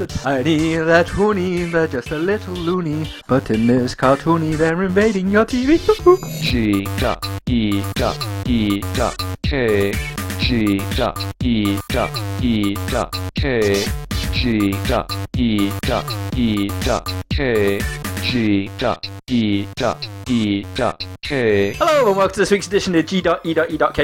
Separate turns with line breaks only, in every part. It's an idea that horny, they're just a little loony. But in this cartoony, they're invading your TV.
G dot E dot E dot K. G dot E dot E dot K. G dot E dot E dot K. G dot E dot E dot K.
Hello, and welcome to this week's edition of G.E.E.K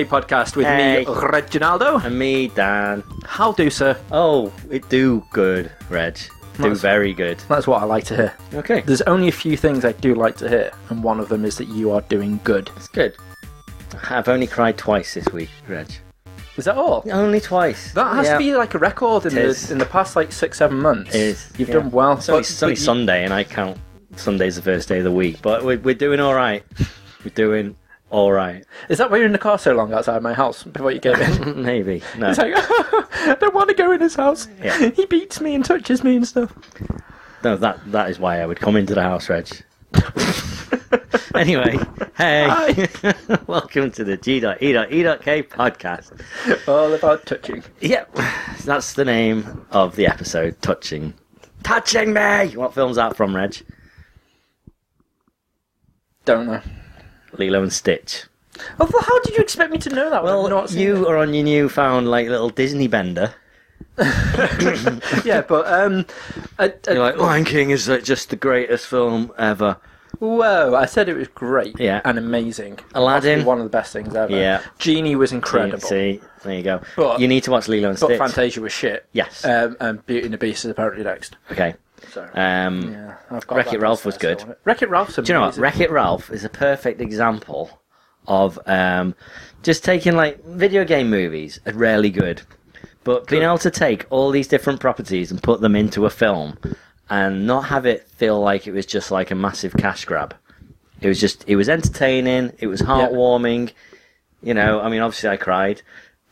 podcast with
Hey.
me, Reginaldo.
And me, Dan.
How do, sir?
Oh, it do good, Reg. Do
Nice.
very good.
That's what I like to hear.
Okay,
There's only a few things I do like to hear, and one of them is that you are doing good.
that's good. I've only cried twice this week, Reg.
Is that all?
Only twice.
That has
Yeah.
to be like a record in
It
the,
is.
in the past like six seven months.
It is,
You've
yeah.
done well.
It's only,
but-
it's only
but you-
Sunday, and I count Sunday's the first day of the week. But we're, we're doing all right. We're doing all right.
Is that why you're in the car so long outside my house before you came in?
Maybe. No.
It's like, I don't want to go in his house.
Yeah.
He beats me and touches me and stuff.
No, that that is why I would come into the house, Reg. anyway, hey, welcome to the E G.E.E.K podcast.
All about touching.
Yep, that's the name of the episode. Touching, touching me. What film's that from, Reg?
Don't know.
Lilo and Stitch.
Oh, well, how did you expect me to know that? when I've
Well,
not seen
you are on your newfound like little Disney bender.
it? yeah, but um, I, I-
You're like Lion King is like, just the greatest film ever.
whoa! I said it was great.
Yeah.
and amazing.
Aladdin.
Possibly one of the best things ever.
Yeah.
Genie was incredible.
See, there you go.
But-
you need to watch Lilo and
But
Stitch.
Fantasia was shit.
Yes.
Um, and Beauty and the Beast is apparently next.
okay.
So.
Um,
yeah, I've got
Wreck-It
that
Ralph was
downstairs
good.
somewhere. Wreck It Ralph's amazing.
Do you know what? Wreck It Ralph is a perfect example of um, just taking like video game movies are rarely good, but being able to take all these different properties and put them into a film and not have it feel like it was just like a massive cash grab. It was just it was entertaining. It was heartwarming. You know, I mean, obviously I cried.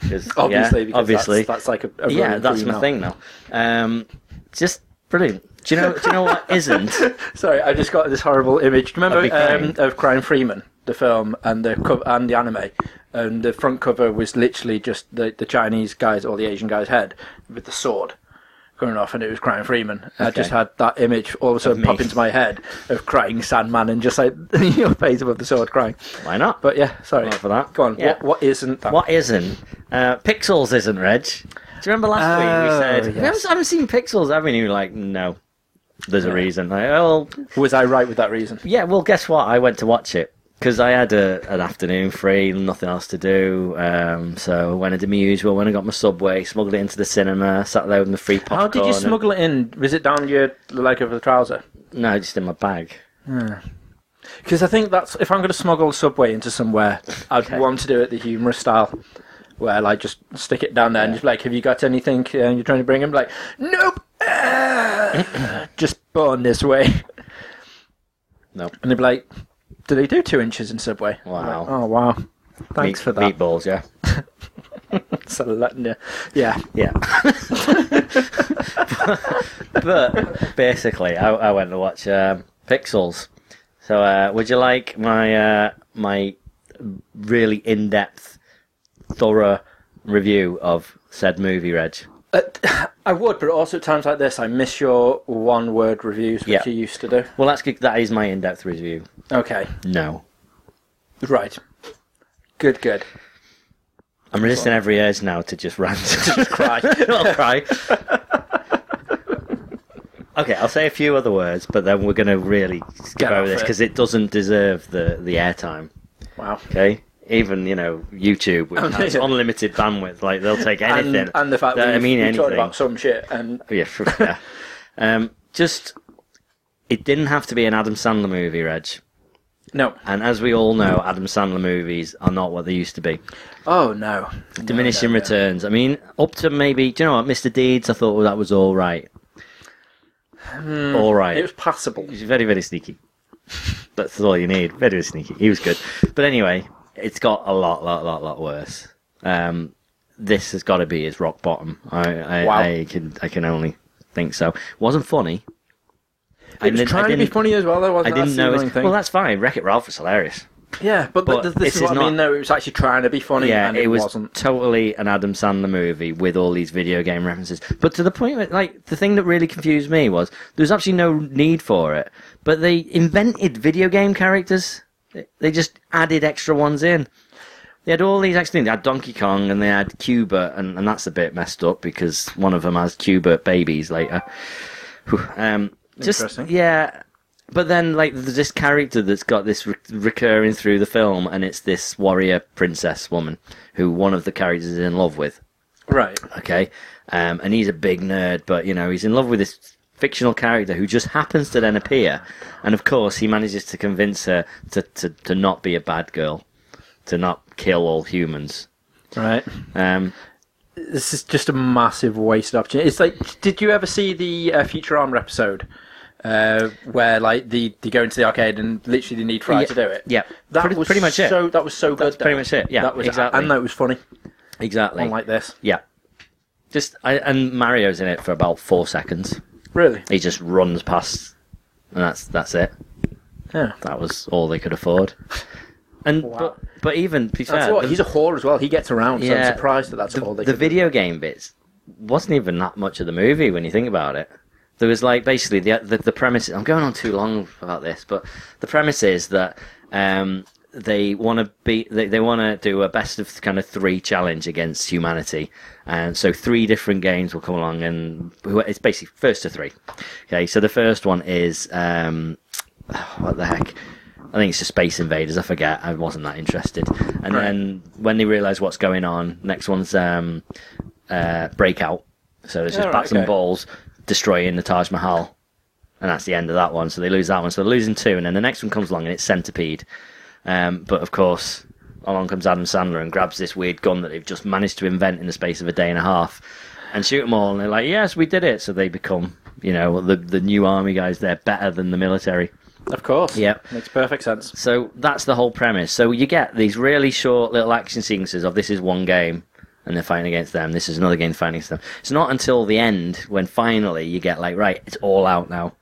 'cause- yeah,
obviously, because
obviously,
that's, that's like a, a
yeah,
running
that's
theme
my
now.
thing now. Um, just brilliant. Do you know? Do you know what isn't?
Sorry, I just got this horrible image. Do you
Of me
remember um,
crying?
of Crime Freeman, the film, and the co- and the anime? And the front cover was literally just the, the Chinese guy's or the Asian guy's head with the sword going off, and it was Crime Freeman. I just
Okay.
had that image all of a sudden
me.
pop into my head of crying Sandman and just like your face above the sword crying.
Why not?
But yeah, sorry
Not for that.
Go on.
Yeah.
What, what isn't that?
What isn't? Uh, Pixels isn't, Reg. Do you remember last week we
Oh,
said,
yes.
we haven't, haven't seen Pixels, have we? And you were like, no, there's a reason. Like, oh, well,
Was I right with that reason?
yeah, well, guess what? I went to watch it because I had a, an afternoon free, nothing else to do. Um, so I went and did my usual, went and got my Subway, smuggled it into the cinema, sat there with my free popcorn.
How did you
and-
smuggle it in? Was it down your leg of the trouser?
No, just in my bag.
Because I think that's if I'm going to smuggle Subway into somewhere, I'd
Okay.
want to do it the humorous style, where like just stick it down there and just be like, "Have you got anything?" uh, you're trying to bring him like, "Nope." Ah, just born this way.
Nope.
And they'd be like, "Do they do two inches in Subway?"
Wow.
Like, oh wow. Thanks
Meat-
for that.
Meatballs, yeah.
So, like, yeah. yeah.
Yeah. but basically, I, I went to watch um, Pixels. So, uh, would you like my uh, my really in depth, thorough review of said movie, Reg?
Uh, I would, but also at times like this, I miss your one-word reviews, which
Yeah.
you used to do.
Well, that's good. That is my in depth review.
Okay.
No.
Right. Good. Good.
I'm resisting every urge now to just rant.
Cry.
I'll cry. okay, I'll say a few other words, but then we're going to really skip
Get
over
off
this
it.
because it doesn't deserve the, the airtime.
wow.
Okay, even you know YouTube, which has
Oh, yeah.
unlimited bandwidth, like they'll take anything.
And, and the fact that
I
we've-
mean
we've
anything.
talked about some shit and
Yeah, f- yeah. Um, just it didn't have to be an Adam Sandler movie, Reg.
no.
And as we all know, Adam Sandler movies are not what they used to be.
Oh no.
Diminishing returns. I mean, up to maybe. Do you know what, Mr. Deeds? I thought well, that was all right. all right.
Hmm. It was passable.
He's very, very sneaky. That's all you need. Very, very sneaky. He was good. But anyway, it's got a lot, lot, lot, lot worse. Um, this has got to be his rock bottom. I, I,
Wow.
I can, I can only think so. Wasn't funny. I
It was
didn't- I
trying to be
didn't-
funny as well. Though, wasn't
I
it?
didn't
That's the
know.
annoying
It's,
thing.
well, that's fine. Wreck It Ralph was hilarious.
Yeah, but,
But
th- this,
this
is what
is
I mean.
not-
Though it was actually trying to be funny,
yeah,
and
it,
it,
was
wasn't.
totally an Adam Sandler movie with all these video game references. But to the point where, like, the thing that really confused me was there was actually no need for it. But they invented video game characters. They- They just added extra ones in. They had all these extra things. They had Donkey Kong and they had Cuba, and, and that's a bit messed up because one of them has Cuba babies later. Whew, Um, just,
Interesting.
Yeah. But then, like, there's this character that's got this re- recurring through the film, and it's this warrior princess woman who one of the characters is in love with.
Right.
Okay, um, and he's a big nerd, but you know he's in love with this fictional character who just happens to then appear, and of course he manages to convince her to to, to not be a bad girl, to not kill all humans.
Right.
Um,
This is just a massive wasted opportunity. It's like, did you ever see the uh, Future Armor episode? Uh, where like the they go into the arcade and literally they need Fry
Yeah,
to do it.
yeah.
that
Pretty-
was
pretty much it.
So that was so
That's
good.
pretty
though.
much it, yeah,
that was
exactly.
and that was funny.
exactly.
Unlike this,
yeah, just I, and Mario's in it for about four seconds.
really.
He just runs past, and that's that's it.
Yeah.
That was all they could afford. And
Wow.
but, but even to be
That's
fair,
what
the-
he's a whore as well. He gets around, so
Yeah.
I'm surprised that that's
the,
all they.
the
could do.
video game bits wasn't even that much of the movie when you think about it. There was like basically the the, the premise. I'm going on too long about this, but the premise is that um, they want to be they, they want to do a best of kind of three challenge against humanity, and so three different games will come along, and who- it's basically first to three. Okay, so the first one is um, what the heck. I think it's the Space Invaders. I forget. I wasn't that interested. And
Right.
then when they realise what's going on, next one's um, uh, breakout. So it's just
Alright,
bats and
okay.
balls destroying the Taj Mahal, and that's the end of that one. So they lose that one. So they're losing two, and then the next one comes along and it's Centipede. Um, but of course, along comes Adam Sandler and grabs this weird gun that they've just managed to invent in the space of a day and a half, and shoot them all. And they're like, "Yes, we did it." So they become, you know, the the new army guys. They're better than the military.
Of course.
Yep.
Makes perfect sense.
So that's the whole premise. So you get these really short little action sequences of this is one game and they're fighting against them, this is another game fighting against them. It's not until the end when finally you get like, right, it's all out now.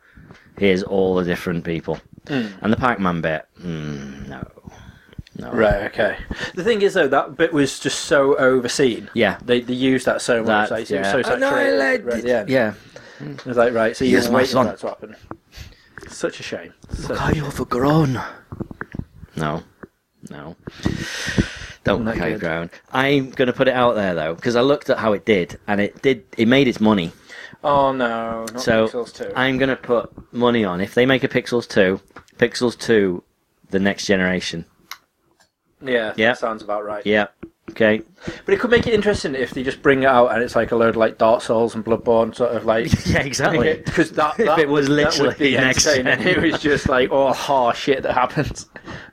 Here's all the different people.
Hmm.
And the Pac Man bit, mm, no. No.
Right. Okay. The thing is, though, that bit was just so overseen.
Yeah.
They they used that so much.
That,
like, it
yeah.
was so saturated. Right at the end.
Yeah.
It was like right. So you
Here's
were
my
waiting
son.
for that to happen. Such a shame.
Oh,
Such-
overgrown. No, no. Don't
Not
look
good.
overgrown. I'm gonna put it out there though, because I looked at how it did, and it did. It made its money.
oh no. Not
So
Pixels two.
I'm gonna put money on if they make a Pixels two, Pixels two, the next generation.
yeah.
Yeah.
That sounds about right.
Yeah. Okay.
But it could make it interesting if they just bring it out and it's like a load of like Dark Souls and Bloodborne sort of like.
Yeah, exactly.
Because that,
If
that
it was
that would
literally
be
next
insane.
gen.
It was just like, oh, ha, shit that happens.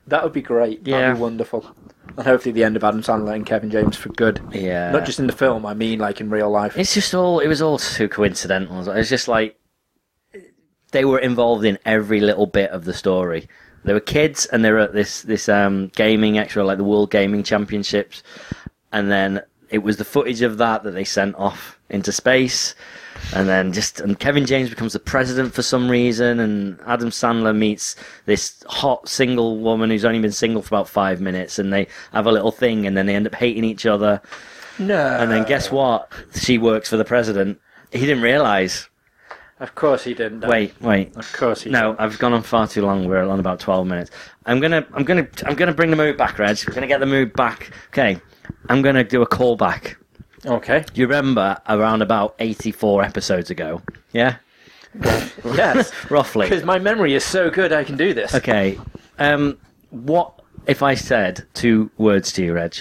That would be great.
Yeah.
That'd be wonderful. And hopefully the end of Adam Sandler and Kevin James for good.
Yeah.
Not just in the film. I mean, like in real life.
It's just all. It was all too coincidental. It was just like they were involved in every little bit of the story. They were kids, and they were at this this um, gaming extra, like the World Gaming Championships, and then it was the footage of that that they sent off into space, and then just and Kevin James becomes the president for some reason, and Adam Sandler meets this hot single woman who's only been single for about five minutes, and they have a little thing, and then they end up hating each other.
no.
And then guess what? She works for the president. He didn't realize.
Of course he didn't. no.
Wait, wait.
Of course he
No,
didn't.
I've gone on far too long. We're on about twelve minutes. I'm gonna, I'm gonna, I'm gonna bring the mood back, Reg. I'm gonna get the mood back. Okay, I'm gonna do a callback.
Okay.
You remember around about eighty-four episodes ago? Yeah,
Yes.
roughly.
Because my memory is so good, I can do this.
Okay. Um, what if I said two words to you, Reg?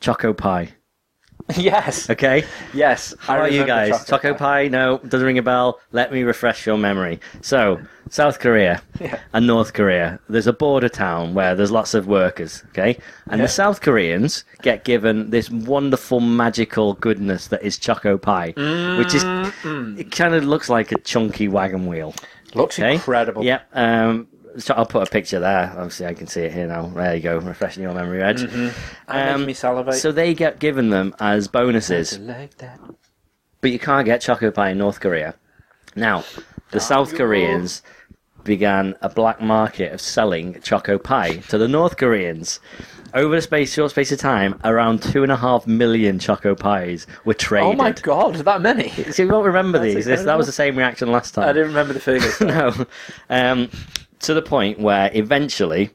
Choco pie.
Yes.
Okay.
Yes.
How are you guys? Choco, pie? No, doesn't ring a bell. Let me refresh your memory. So, South Korea
Yeah.
and North Korea. There's a border town where there's lots of workers, okay? And
Yeah.
the South Koreans get given this wonderful magical goodness that is choco pie, which is it kind of looks like a chunky wagon wheel.
Looks
Okay?
incredible.
Yeah. Um so I'll put a picture there. Obviously, I can see it here now. There you go, refreshing your memory, Reg.
That makes
Um,
Mm-hmm. me salivate.
So they get given them as bonuses
like that. Ah.
but you can't get choco pie in North Korea. Now, the South Koreans began a black market of selling choco pie to the North Koreans. Over a space, short space of time, around two and a half million choco pies were traded.
Oh my god, that many!
See, we won't remember
That's
these. This, that
incredible.
was the same reaction last time
I didn't remember the figures.
no. Um, to the point where eventually,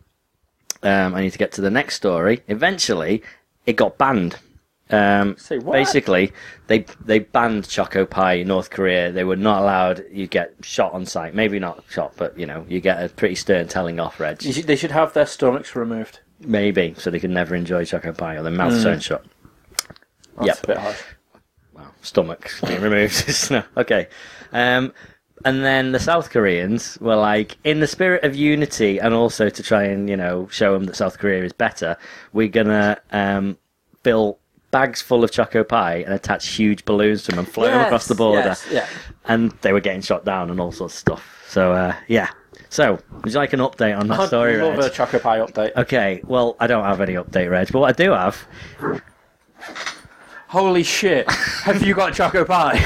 um, I need to get to the next story. Eventually, it got banned. Um,
Say what?
Basically, they they banned Choco Pie in North Korea. They were not allowed. You get shot on site. Maybe not shot, but you know, you get a pretty stern telling off, Reg.
You should- they should have their stomachs removed.
Maybe so they could never enjoy Choco Pie or their mouth
Hmm.
sewn shut.
That's
Yep.
a bit harsh.
Wow, stomach being removed. no, okay. Um, and then the South Koreans were like, in the spirit of unity, and also to try and you know show them that South Korea is better, we're gonna um, fill bags full of choco pie and attach huge balloons to them and float them across the border.
Yes, yeah.
And they were getting shot down and all sorts of stuff. So uh, yeah. So would you like an update on that
I'd
story,
love
Ah, Reg? Uh,
a Choco Pie update.
Okay, well, I don't have any update, Reg, but what I do have
Holy shit! Have you got Choco Pie?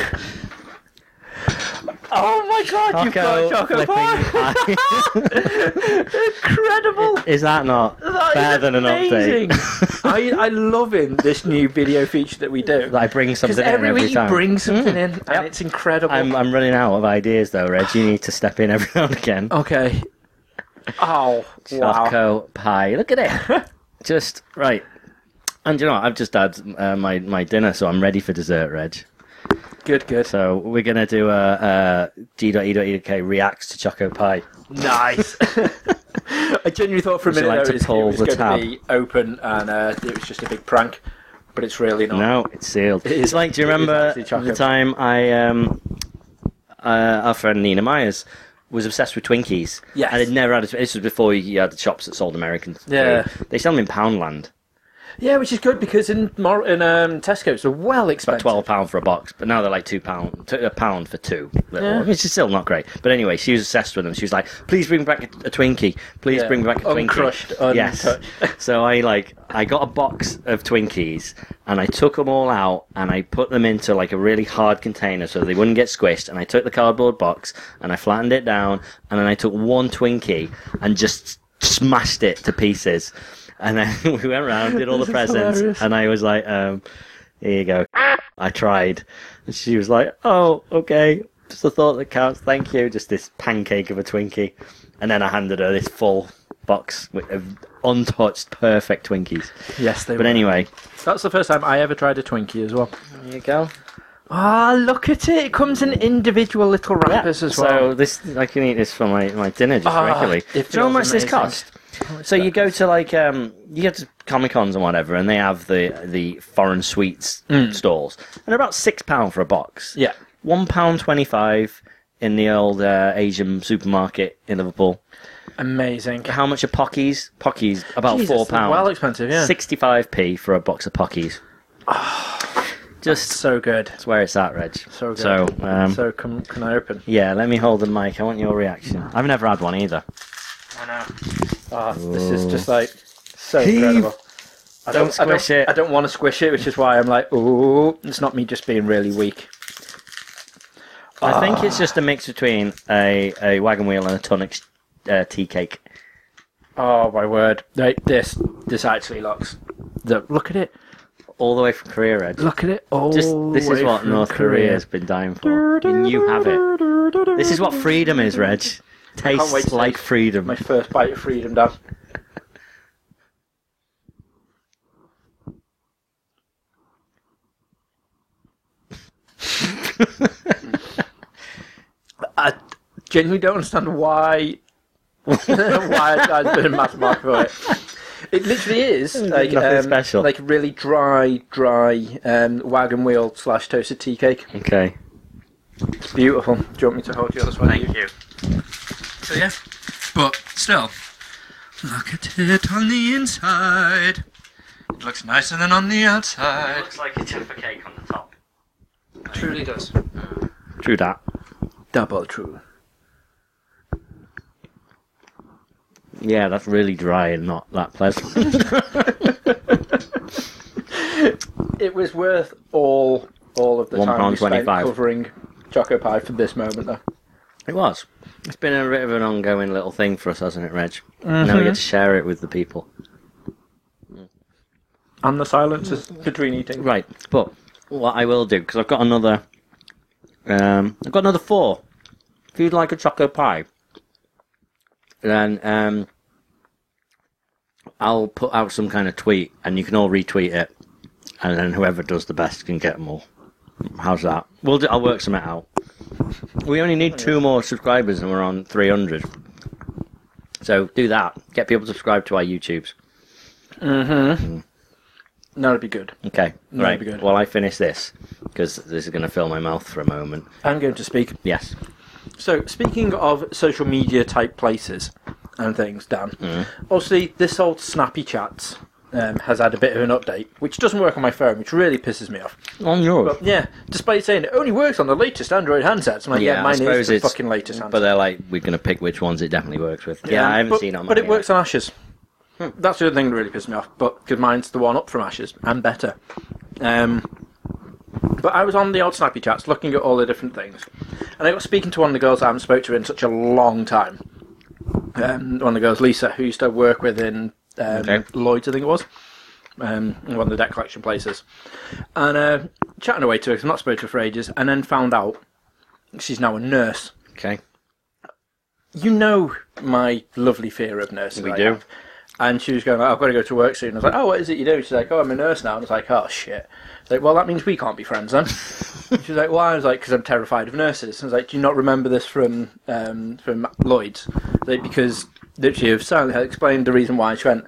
oh my god, you've
Choco
got Choco Pie!
flipping pie.
Incredible!
Is that not
That
better
is
than an
amazing.
update?
I, I love in this new video feature that we do.
that I bring
Because
something in
every
every
week you
time.
bring something in, and
Yep.
it's incredible.
I'm, I'm running out of ideas though, Reg. You need to step in every now and again.
Okay. Oh, wow.
Choco pie. Look at it. just right. And you know, what? I've just had uh, my my dinner, so I'm ready for dessert, Reg.
Good, good.
So we're gonna do a, E a G.E.E.K. reacts to Choco Pie.
Nice. I genuinely thought for a
Would you
minute there
like to
it was, it
pull
was
the
going
tab?
to be open and uh, it was just a big prank, but it's really not.
No, it's sealed.
is-
it's like, do you
it is
remember
actually chocolate.
the time I, um, uh, our friend Nina Myers was obsessed with Twinkies?
Yes.
And had never had a, this was before you had the shops that sold American food.
Yeah.
They sell them in Poundland.
Yeah, which is good because in Mor- in um, Tesco's they're well expensive.
Twelve pound for a box, but now they're like two pound, t- a pound for two, little,
Yeah.
which is still not great. But anyway, she was obsessed with them. She was like, "Please bring back a, a Twinkie. Please
Yeah.
bring back a Twinkie."
Uncrushed,
yes.
untouched.
so I like, I got a box of Twinkies, and I took them all out, and I put them into like a really hard container so they wouldn't get squished. And I took the cardboard box, and I flattened it down, and then I took one Twinkie and just smashed it to pieces. And then we went around, did all the
This is
presents,
hilarious.
and I was like, um, "Here you go." I tried. And she was like, oh, okay. Just the thought that counts. Thank you. Just this pancake of a Twinkie. And then I handed her this full box with- of untouched, perfect Twinkies.
Yes, they
But
were.
anyway,
That's the first time I ever tried a Twinkie as well.
there you go.
Ah, look at it. It comes in individual little wrappers as
So
well.
this, I can eat this for my, my dinner just
Ah,
regularly.
it
Do you know how
feels
much this
amazing.
cost? So you go to like um, you go to Comic Cons and whatever, and they have the the foreign sweets stalls, and they're about six pound for a box.
Yeah.
one pound twenty five in the old uh, Asian supermarket in Liverpool.
Amazing.
How much are pockies? Pockies about
Jesus,
four
they're Well
pounds.
expensive, yeah.
Sixty five p for a box of pockies. Just
So good.
that's where it's at, Reg.
So good.
So, um,
so can, can I open?
yeah, let me hold the mic. I want your reaction. I've never had one either.
I know. Ah, this is just like so
Heave.
incredible. I
Oh. Don't squish
I don't,
it.
I don't want to squish it, which is why I'm like, ooh, it's not me just being really weak. Ah.
I think it's just a mix between a, a wagon wheel and a tonic uh, tea cake.
Oh my word! Right, this this actually looks. The, look at it!
All the way from Korea, Reg.
Look at it! Oh,
Just this is what North Korea has been dying for. And you have it. This is what freedom is, Reg.
wait to
Tastes
taste
like freedom.
My first bite of freedom, Dan. I genuinely don't understand why why I've been a mass mark for it. It literally is like
nothing
um,
special.
like really dry, dry um, wagon wheel slash toasted tea cake.
Okay.
It's beautiful. Do you want me to hold you this way?
Thank you.
So yeah, but still, look at it on the inside. It looks nicer than on the outside.
like a temper cake on the top.
truly does.
True that.
Double true.
Yeah, that's really dry and not that pleasant.
It was worth all all of the
One
time
pound
we spent
twenty-five.
covering Choco Pie for this moment, though.
It was. It's been a bit of an ongoing little thing for us, hasn't it, Reg? Now we get to share it with the people.
And the silence is between eating.
Right, but what I will do because I've got another, um, I've got another four. If you'd like a choco pie, then um, I'll put out some kind of tweet, and you can all retweet it, and then whoever does the best can get them all. How's that? We'll do, I'll work some out. We only need two more subscribers, and we're on three hundred. So do that. Get people to subscribe to our YouTubes.
That'd be good.
Okay,
That'd
right.
be good.
While I finish this, because this is going to fill my mouth for a moment.
I'm going to speak.
Yes.
So, speaking of social media type places and things, Dan, obviously this old Snappy Chats um, has had a bit of an update, which doesn't work on my phone, which really pisses me off.
On yours.
But yeah, despite saying it only works on the latest Android handsets, I'm like, yeah,
Yeah, I
mine is
suppose
the
it's-
fucking latest handset.
But they're like, we're going to pick which ones it definitely works with. Yeah, I haven't
but,
seen it on
But
mine
it
yet.
works on Ashes. That's the other thing that really pissed me off. But because mine's the one up from Ashes and better. Um, but I was on the old Snappy chats, looking at all the different things, and I got speaking to one of the girls I haven't spoke to in such a long time. Um, one of the girls, Lisa, who used to work with in um,
Okay.
Lloyd's, I think it was, um, one of the debt collection places, and uh, chatting away to her. 'cause I've not spoken to her for ages, and then found out she's now a nurse.
Okay.
You know my lovely fear of nursing.
We
I
do.
have. And she was going, like, I've got to go to work soon. I was like, oh, what is it you do? She's like, oh, I'm a nurse now. And I was like, oh, shit. I was like, well, that means we can't be friends then. she was like, why? I was like, because I'm terrified of nurses. And I was like, do you not remember this from um, from Lloyd's? Like, because literally, if Silent Hill explained the reason why, she went,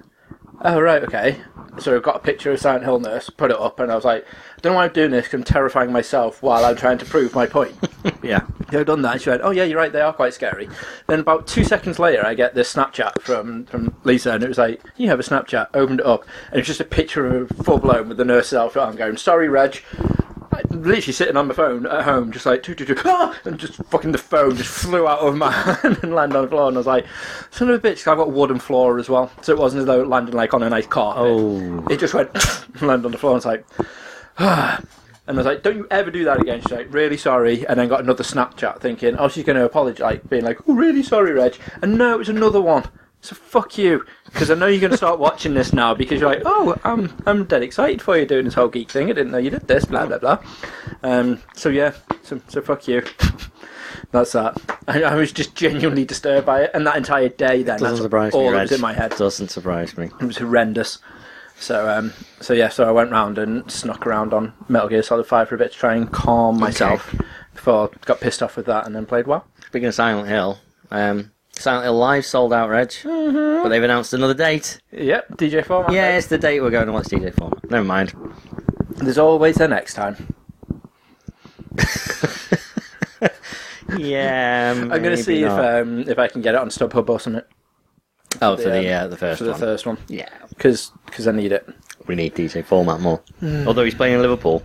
oh, right, okay. So I got a picture of Silent Hill nurse, put it up, and I was like, don't know why I'm doing this 'cause I'm terrifying myself while I'm trying to prove my point.
Yeah.
Yeah, I've done that. And she went, "Oh yeah, you're right. They are quite scary." Then about two seconds later, I get this Snapchat from from Lisa, and it was like, "You have a Snapchat." Opened it up, and it's just a picture of her full blown with the nurse's outfit. I'm going, "Sorry, Reg." I'm literally sitting on my phone at home, just like, doo, doo, doo, ah! and just fucking the phone just flew out of my hand and landed on the floor. And I was like, son of a bitch, 'cause I've got wooden floor as well. So it wasn't as though it landed like on a nice carpet.
Oh.
It just went, and landed on the floor. And I was like, and I was like, "Don't you ever do that again?" She's like, "Really sorry," and then got another Snapchat thinking, "Oh, she's going to apologize," like being like, "Oh, really sorry, Reg," and no, it was another one. So fuck you, because I know you're going to start watching this now because you're like, "Oh, I'm I'm dead excited for you doing this whole geek thing. I didn't know you did this." Blah blah blah. Um. So yeah. So so fuck you. That's that. I, I was just genuinely disturbed by it, and that entire day then
Doesn't
that's
surprise
all
me.
that
Reg.
was in my head.
Doesn't surprise me.
It was horrendous. So um, so yeah, so I went round and snuck around on Metal Gear Solid Five for a bit to try and calm myself before I got pissed off with that and then played well.
Speaking of Silent Hill, um, Silent Hill Live sold out, Reg. Mm-hmm. But they've announced another date.
Yep, DJ Four.
Yeah, it's the date we're going to watch DJ Format. Never mind.
there's always a next time.
Yeah.
I'm gonna see if um, if I can get it on StubHub or something
oh, for the
yeah,
uh, the first
for the
one.
first one
Yeah.
because I need it.
We need DJ Format more. Although he's playing in Liverpool.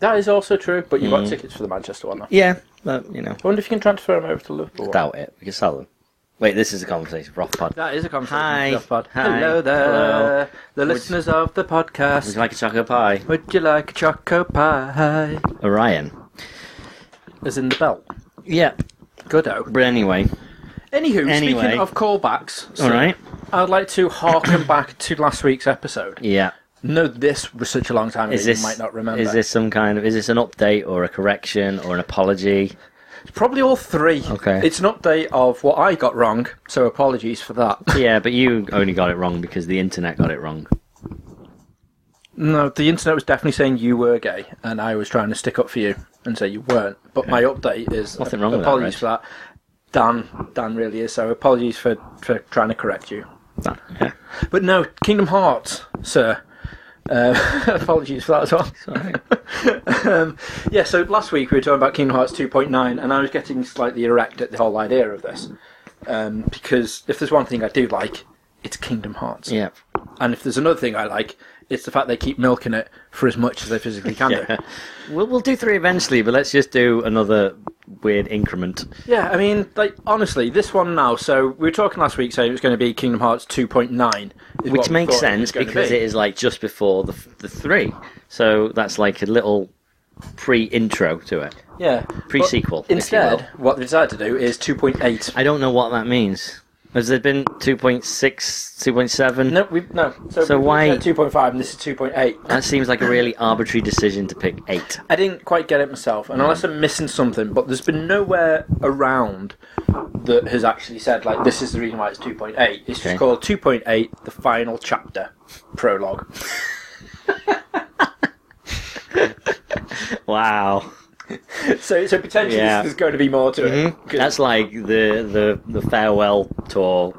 That is also true, but you got
Mm.
tickets for the Manchester one. Though.
Yeah, but you know,
I wonder if you can transfer them over to Liverpool.
doubt it. We can sell them. Wait, this is a conversation for off pod.
that is a conversation.
Hi.
Stuff pod.
Hi.
Hello there,
Hello.
the listeners of the
Would
podcast.
you like a chocolate pie?
Would you like a choco pie?
Orion.
As in the belt.
Yeah.
Goodo.
But anyway,
Anywho,
Anyway.
speaking of callbacks, so
all right.
I'd like to harken back to last week's episode.
Yeah.
No, this was such a long time ago,
Is this
you might not remember.
Is this some kind of is this an update or a correction or an apology?
It's probably all three.
Okay.
It's an update of what I got wrong, so apologies for that.
yeah, but you only got it wrong because the internet got it wrong.
no, the internet was definitely saying you were gay, and I was trying to stick up for you and say you weren't. But my update is uh,
Nothing wrong with that,
apologies for that. Dan, Dan really is, so apologies for, for trying to correct you.
That- yeah.
But no, Kingdom Hearts, sir. Uh, apologies for that as well.
Sorry.
um, yeah, so last week we were talking about Kingdom Hearts 2.9, and I was getting slightly erect at the whole idea of this. Um, because if there's one thing I do like, it's Kingdom Hearts.
yeah.
And if there's another thing I like, it's the fact they keep milking it for as much as they physically can do.
Yeah. We'll we'll do three eventually, but let's just do another weird increment.
Yeah, I mean, like honestly, this one now. So we were talking last week saying it was going to be Kingdom Hearts 2.9, is what
Which
we
makes
thought it was
sense
gonna
because
be.
it is like just before the, f- the three. So that's like a little pre intro to it.
Yeah.
Pre-sequel,
But
if you
Instead,
will.
what they decided to do is 2.8.
I don't know what that means. Has there been 2.6, 2.7?
No, we no. So,
So
we
why-
said 2.5 and this is 2.8.
That seems like a really arbitrary decision to pick eight.
I didn't quite get it myself, and unless I'm missing something, but there's been nowhere around that has actually said like this is the reason why it's 2.8. It's
Okay.
just called 2.8, the final chapter, prologue.
Wow.
So, so potentially
Yeah.
there's going to be more to it. 'Cause-
Mm-hmm. That's like the, the, the farewell tour,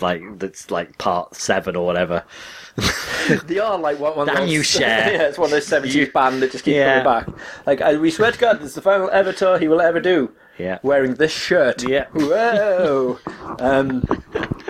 like that's like part seven or whatever.
They are like one, one of
Damn
those,
you, Cher.
yeah, it's one of those
You-
seventies band that just keep
Yeah.
coming back. Like I, we swear to God, this is the final ever tour he will ever do.
Yeah.
Wearing this shirt.
Yeah.
Whoa. um,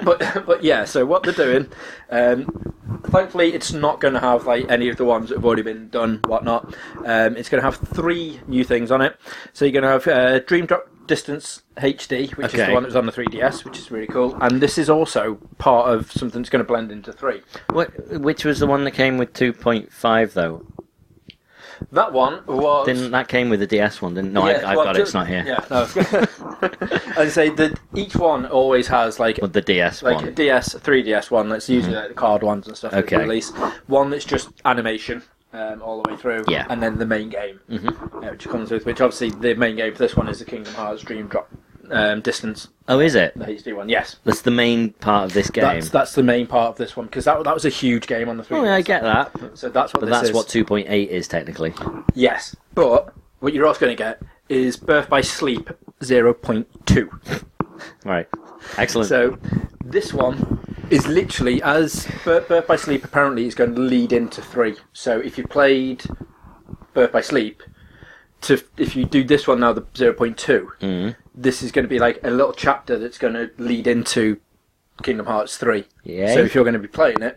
but but yeah. So what they're doing. Um, Thankfully, it's not going to have like any of the ones that have already been done, whatnot. Um, it's going to have three new things on it. So you're going to have uh, Dream Drop Distance HD, which is
Okay.
the one that was on the 3DS, which is really cool. And this is also part of something that's going to blend into three.
What, which was the one that came with 2.5 though?
That one was.
Didn't that came with the DS one? Didn't? No,
Yeah,
I, I've
well,
got it.
ju-
It's not here.
Yeah, no. I say that each one always has like
But the DS
like a
one. Mm-hmm.
DS, 3DS one that's usually like the card ones and stuff that
Okay.
they release. One that's just animation um, all the way through,
Yeah.
and then the main game,
Mm-hmm.
uh, which comes with which obviously the main game for this one is the Kingdom Hearts Dream Drop um, Distance,
oh, is it?
the HD one. Yes,
That's the main part of this game.
that's that's the main part of this one because that that was a huge game on the 3DS.
oh, yeah, I get that.
So that's what
But
this
that's
is.
what 2.8 is technically.
Yes, but what you're also going to get is Birth by Sleep 0.2.
Right. Excellent.
So this one is literally as Birth, Birth by Sleep apparently is going to lead into three. So if you played Birth by Sleep, to if you do this one now, the 0.2,
Mhm.
this is going to be like a little chapter that's going to lead into Kingdom Hearts three.
Yay.
So if you're going to be playing it.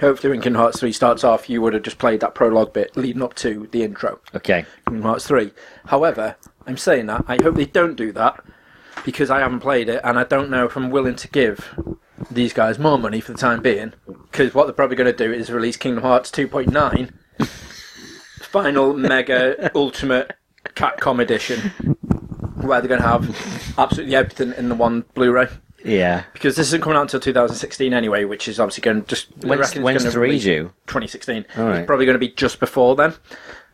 Hopefully, when Kingdom Hearts 3 starts off, you would have just played that prologue bit leading up to the intro.
okay.
Kingdom Hearts 3. However, I'm saying that I hope they don't do that because I haven't played it and I don't know if I'm willing to give these guys more money for the time being because what they're probably going to do is release Kingdom Hearts 2.9 final mega ultimate Capcom edition where they're going to have absolutely everything in the one Blu-ray
Yeah.
because this isn't coming out until 2016 anyway which is obviously going to just I reckon it's
When's, when's
gonna
3
release-
due?
2016.
All right.
It's probably going to be just before then,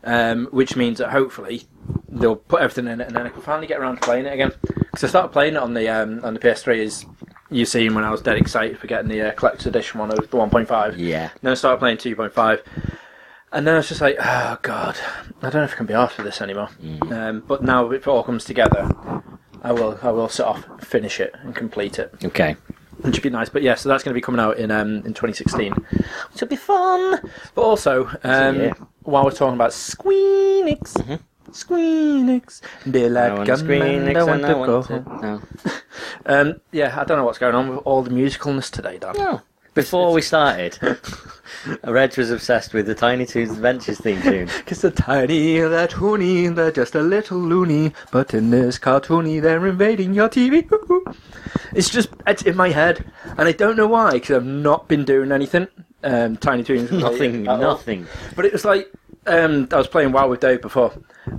um, which means that hopefully they'll put everything in it and then I can finally get around to playing it again. Because I started playing it on the um, on the PS3 as you seen when I was dead excited for getting the uh, collector's edition one of the 1.5.
Yeah.
Then I started playing 2.5, and then I was just like, oh god, I don't know if I can be after this anymore.
Mm.
Um, but now if it all comes together. I will. I will set off, finish it, and complete it,
Okay.
which would be nice. But yeah, so that's going to be coming out in um, in 2016 which will be fun. But also, um,
yeah. Mm-hmm.
while we're talking about Squeenix, Squeenix, they
I
like
want
gunmen,
screen
I want
and I
to go
want to...
home.
No.
Um, yeah, I don't know what's going on with all the musicalness today, Dan.
No. Before we started, Reg was obsessed with the Tiny Toons Adventures theme tune.
Cause they're tiny, they're toony, they're just a little loony, but in this cartoony, they're invading your TV. It's just it's in my head, and I don't know why, because I've not been doing anything. Um, Tiny Toons, related
nothing.
at all.
Nothing.
But it was like um, I was playing WoW with Dave before,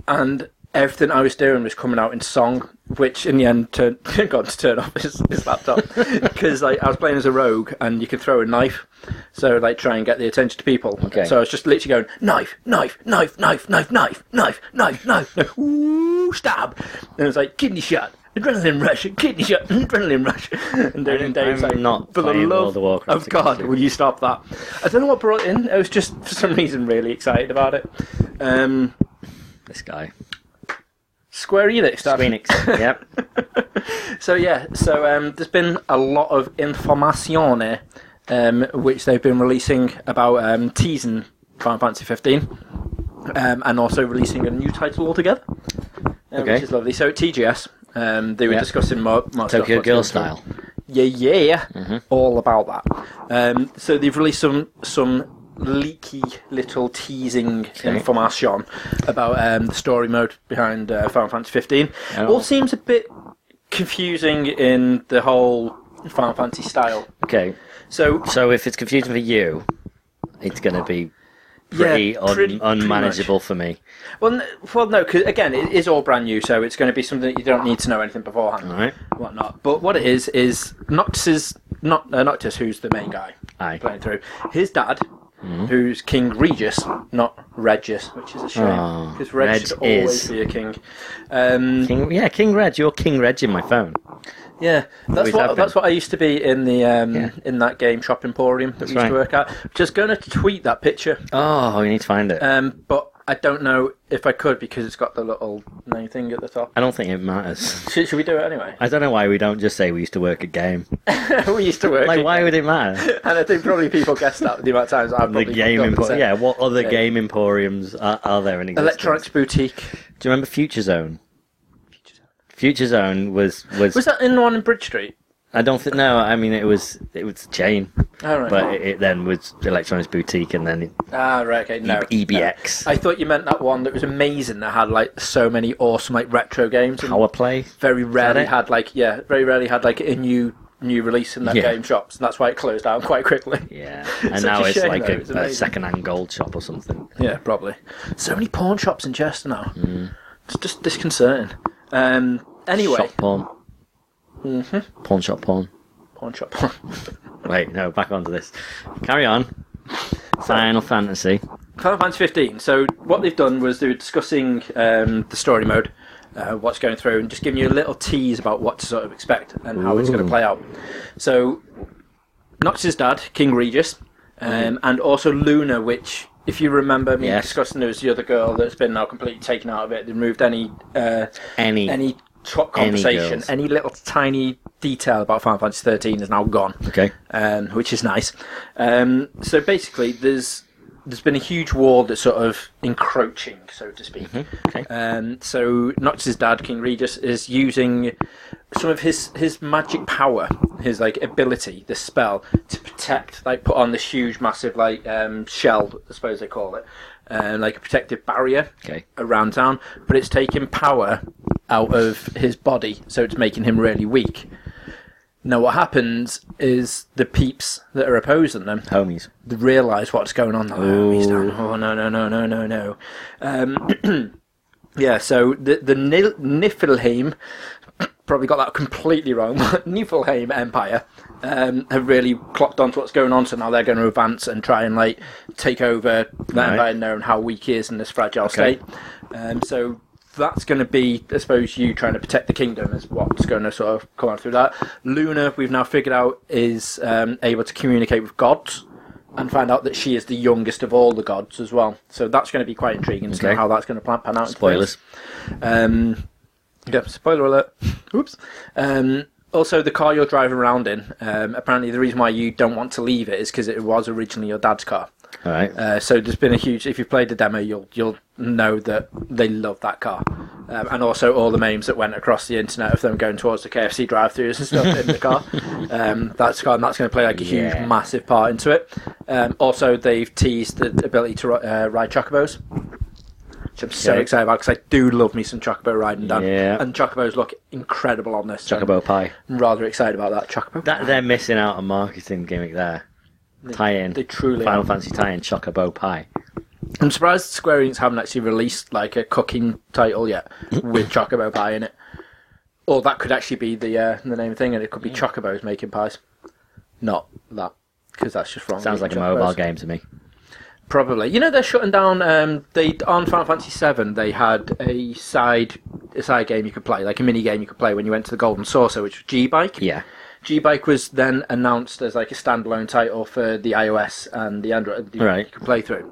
and everything I was doing was coming out in song, which in the end turned, got to turn off his, his laptop because like, I was playing as a rogue, and you could throw a knife, so like try and get the attention to people.
Okay.
So I was just literally going knife, knife, knife, knife, knife, knife, knife, knife, knife, knife, ooh stab, and it was like kidney shot. Adrenaline rush, kidney shot, adrenaline rush. And then
I'm-
Dave's
I'm
like,
not
for the
playing
love
World of Warcraft
of God,
again."
will you stop that? I don't know what brought it in. I was just for some reason really excited about it. Um,
This guy.
Square Enix. Dan.
Phoenix. yep.
So yeah, so um, there's been a lot of informazione um, which they've been releasing about um, teasing Final Fantasy 15, um, and also releasing a new title altogether, uh,
Okay.
which is lovely. So at TGS. Um, they were
Yeah.
discussing more, more stuff
Tokyo
that's
Girl
going through.
style.
yeah, yeah,
Mm-hmm.
all about that. Um, so they've released some some leaky little teasing information about um, the story mode behind uh, Final Fantasy 15.
Oh.
All seems a bit confusing in the whole Final Fantasy style.
Okay.
So
So if it's confusing for you, it's going to be pretty
Yeah,
un-
pretty- pretty
unmanageable for me.
Well, n- well, no, 'cause again, it is all brand new, so it's going to be something that you don't need to know anything beforehand,
All right.
whatnot. But what it is is Noctis's not uh, Noctis, who's the main guy
Aye.
playing through. His dad,
Hmm?
who's King Regis, not Regis, which is a shame
Oh,
because Reg,
Reg
should always
is.
be a king. Um,
King, yeah, King Reg. You're King Reg in my phone.
yeah, that's
Always have
what
been.
that's what I used to be in the um,
Yeah.
in that game shop emporium that we used
right.
to work at. Just going to tweet that picture.
Oh, we need to find it.
Um, but I don't know if I could because it's got the little name thing at the top.
I don't think it matters.
Should, should we do it anyway?
I don't know why we don't just say we used to work at game.
we used to work.
Like,
in-
why would it matter?
And I think probably people guessed that the amount of times I've
The
probably
game
forgotten
emporium.
to-
Yeah, what other
Yeah.
game emporiums are, are there in existence?
Electronics boutique.
Do you remember Future Zone? Future Zone was was,
Was that in the one in Bridge Street?
I don't think no. I mean, it was it was a chain,
Oh, right.
but it, it then was Electronics Boutique, and then E it,
ah, right. Okay. No.
EBX.
No. I thought you meant that one that was amazing that had like so many awesome like retro games and
Power Play.
very rarely
it?
had like yeah very rarely had like a new new release in that
Yeah.
game shops and that's why it closed down quite quickly.
Yeah, and
Such
now
a
it's
shame,
like
though,
a,
it's
a
amazing.
second-hand gold shop or something.
Yeah, probably. So many pawn shops in Chester now.
Mm.
It's just disconcerting. Um. Anyway, Mm-hmm.
Shop porn. Mm-hmm. Pawn shop porn.
pawn shop. pawn.
Wait, no, back onto this. Carry on. Final Fantasy.
Final Fantasy 15. So what they've done was they were discussing um, the story mode, uh, what's going through, and just giving you a little tease about what to sort of expect and how it's going
Ooh.
to play out. So Nox's dad, King Regis, um, and also Luna, which if you remember me
Mm-hmm. Yes.
discussing, there was the other girl that's been now completely taken out of it. They removed any uh,
Any.
any top conversation,
girls.
any, little tiny detail about Final Fantasy 13 is now gone
Okay.
um, which is nice. Um, so basically, there's there's been a huge war that's sort of encroaching, so to speak.
Okay.
Um, so Nox's dad, King Regis, is using some of his his magic power, his like ability, this spell to protect, like put on this huge, massive like um, shell, I suppose they call it, um, like a protective barrier
Okay.
around town. But it's taking power out of his body, so it's making him really weak. Now what happens is the peeps that are opposing them
Homies.
realise what's going on. They're Like, oh, he's down. Oh no no no no no no. Um, yeah, so the the Nil- Niflheim probably got that completely wrong. but Niflheim Empire um, have really clocked onto what's going on, so now they're going to advance and try and like take over that
Right.
empire, knowing how weak he is in this fragile
Okay.
state. Um, so. That's going to be, I suppose, you trying to protect the kingdom is what's going to sort of come out through that. Luna, we've now figured out, is um, able to communicate with gods and find out that she is the youngest of all the gods as well. So that's going to be quite intriguing to know
Okay.
how that's going to plan, pan out. in
Spoilers.
things. Um, yeah, spoiler alert. Oops. Um, also, the car you're driving around in, um, apparently the reason why you don't want to leave it is because it was originally your dad's car.
All right.
Uh, so there's been a huge. If you've played the demo, you'll you'll know that they love that car, um, and also all the memes that went across the internet of them going towards the KFC drive-throughs and stuff in the car. Um, that's got- and that's going to play like a
Yeah.
huge, massive part into it. Um, also, they've teased the ability to ri- uh, ride chocobos. Which I'm so
Okay.
excited about because I do love me some chocobo riding, Dan.
Yeah.
And chocobos look incredible on this. so
Chocobo pie.
I'm rather excited about that chocobo.
That they're missing out a marketing gimmick there. Tie-in.
they truly
Final
are.
Fantasy tie-in. Chocobo pie.
I'm surprised Square Enix haven't actually released like a cooking title yet with Chocobo Pie in it. Or that could actually be the uh, the name of the thing, and it could be Chocobos making pies, not that, because that's just wrong.
Sounds like a
Chocobos.
mobile game to me.
Probably. You know they're shutting down. Um, they on Final Fantasy VII they had a side a side game you could play, like a mini game you could play when you went to the Golden Saucer, which was G Bike.
Yeah.
G Bike was then announced as like a standalone title for the iOS and the Android that
Right.
you can play through.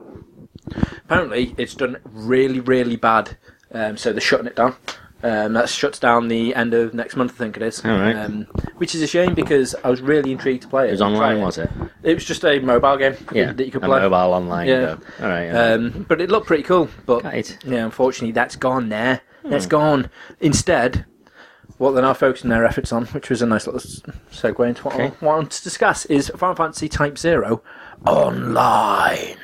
Apparently, it's done really, really bad, um, so they're shutting it down. Um, that shuts down the end of next month, I think it is.
All right.
Um, which is a shame because I was really intrigued to play it.
It was online, was it?
It was just a mobile game
Yeah.
that you could
a
play.
mobile online.
Yeah.
Yeah. All right. all right.
Um, but it looked pretty cool. But
Right.
yeah, unfortunately, that's gone there.
Hmm.
That's gone. Instead, what they're now focusing their efforts on, which was a nice little s- segue into what, I,
Okay.
what I want to discuss, is Final Fantasy Type Zero online.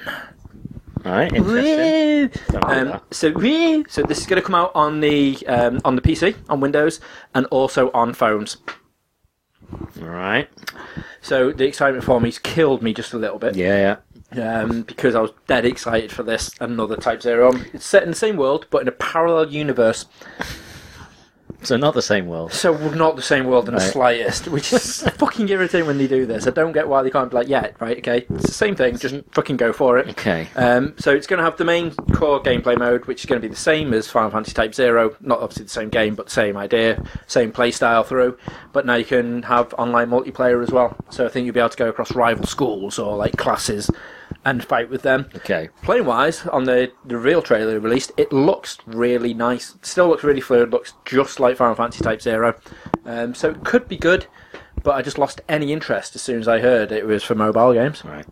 all right. Interesting. Don't do
Um,
that.
so wee. so this is going to come out on the um, on the PC, on Windows, and also on phones.
All right.
So the excitement for me's killed me just a little bit.
Yeah. Yeah.
um, because I was dead excited for this another Type Zero. It's set in the same world, but in a parallel universe.
So not the same world.
So we're not the same world in the
Right.
slightest, which is fucking irritating when they do this. I don't get why they can't be like, yeah, right, okay, it's the same thing, just fucking go for it.
Okay.
Um, so it's going to have the main core gameplay mode, which is going to be the same as Final Fantasy Type Zero. Not obviously the same game, but same idea, same play style through. But now you can have online multiplayer as well. So I think you'll be able to go across rival schools or like classes and fight with them.
Okay.
Playing wise, on the, the real trailer they released, it looks really nice. Still looks really fluid, looks just like Final Fantasy Type Zero. Um, so it could be good, but I just lost any interest as soon as I heard it was for mobile games.
Right.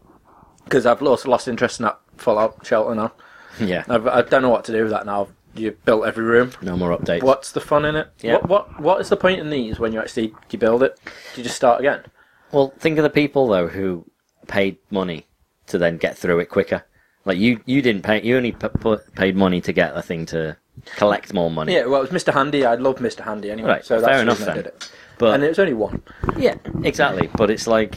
Because I've also lost interest in that Fallout Shelter now.
Yeah.
I've, I don't know what to do with that now. You've built every room.
No more updates.
What's the fun in it?
Yeah.
What, what What is the point in these when you actually you build it? Do you just start again?
Well, think of the people though who paid money to then get through it quicker. Like you, you didn't pay. You only p- put, paid money to get a thing to collect more money.
Yeah, well, it was Mr. Handy. I love Mr. Handy anyway.
Right,
So
fair
that's the
enough
reason I
then.
did it.
But
and it was only one.
yeah, exactly. But it's like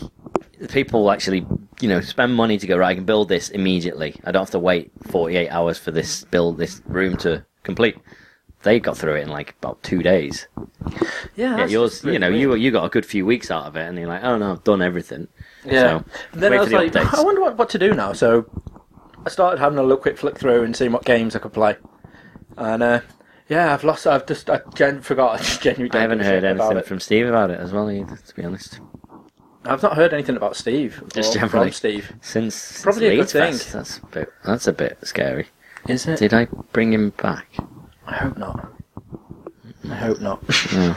people actually, you know, spend money to go right. I can build this immediately. I don't have to wait forty-eight hours for this build this room to complete. They got through it in like about two days.
Yeah,
Yeah,
that's
yours.
just really
you know,
weird.
you you got a good few weeks out of it, and you're like, oh no, I've done everything.
Yeah.
So,
And then
wait
I
for
was
the
like,
updates.
I wonder what, what to do now. So I started having a little quick flick through and seeing what games I could play. And uh, yeah, I've lost. I've just I gen- forgot. I just genuinely
I haven't
don't give a
heard
shit about
anything
it.
from Steve about it as well either, to be honest.
I've not heard anything about Steve.
Just
or
generally.
from Steve.
Since, since
Probably a good
Leeds
thing.
Fest, that's a bit that's a bit scary.
Is it?
Did I bring him back?
I hope not. I hope not.
No.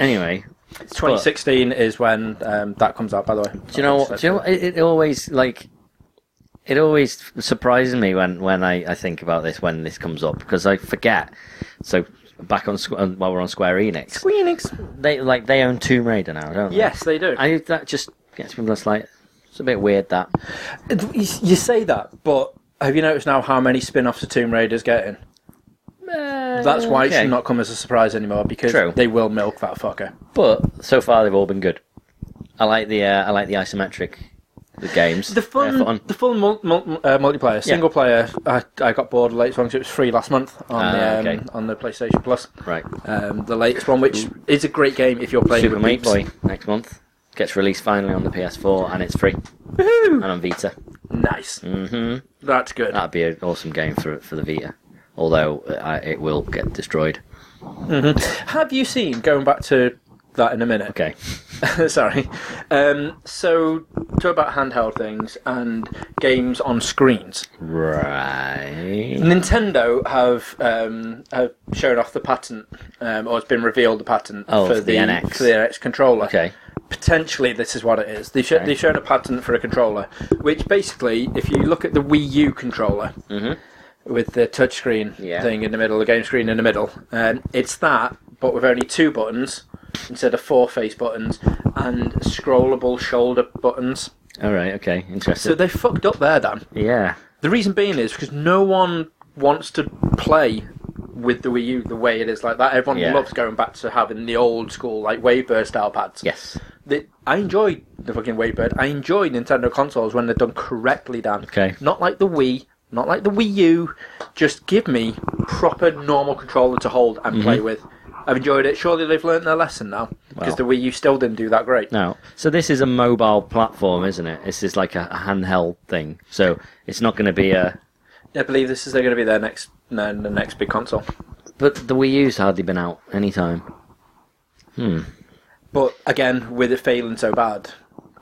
anyway,
2016 is when um, that comes out. By the way,
do you know? what- Do you know? what- It, it always like it always surprises me when when I, I think about this when this comes up because I forget. So back on Squ- on- while we're on Square Enix, they like they own Tomb Raider now, don't they?
Yes, they do.
I that just gets me just like it's a bit weird that
You you say that, but have you noticed now how many spin-offs of Tomb Raider's getting? That's why it
okay.
should not come as a surprise anymore because
True.
they will milk that fucker.
But so far they've all been good. I like the uh, I like the isometric the games.
The
They're
fun,
fun.
the full mul- mul- uh, multiplayer, single player. I, I got bored of the latest one 'cause it was free last month on
Ah,
the um,
okay.
on the PlayStation Plus.
Right.
Um, the latest one, which is a great game if you're playing
Super
with
Meat
peeps.
Boy next month gets released finally on the PS4 and it's free
Woohoo!
and on Vita.
Nice.
hmm
That's good.
That'd be an awesome game for for the Vita. Although uh, I, it will get destroyed.
Mm-hmm. Have you seen? Going back to that in a minute.
Okay.
Sorry. Um, so, talk about handheld things and games on screens.
Right.
Nintendo have um, have shown off the patent, um, or it's been revealed the patent
Oh,
for
for the NX.
for the NX controller.
Okay.
Potentially, this is what it is. They've, sho-
Okay.
they've shown a patent for a controller, which basically, if you look at the Wii U controller
Mhm.
with the touchscreen
Yeah.
thing in the middle, the game screen in the middle, um, it's that, but with only two buttons instead of four face buttons and scrollable shoulder buttons.
All right. Okay. Interesting.
So they fucked up there, Dan.
yeah.
The reason being is because no one wants to play with the Wii U the way it is like that. Everyone
Yeah.
loves going back to having the old school like Wavebird style pads.
Yes.
The- I enjoy the fucking Wavebird. I enjoy Nintendo consoles when they're done correctly, Dan.
Okay.
Not like the Wii, not like the Wii U. Just give me proper normal controller to hold
Mm-hmm.
and play with. I've enjoyed it. Surely they've learned their lesson now because
Wow.
the Wii U still didn't do that great.
No. So this is a mobile platform, isn't it? This is like a, a handheld thing. So it's not going to be a
I believe this is they're going to be their next, no, the next big console.
But the Wii U's hardly been out any time. Hmm.
But again, with it failing so bad,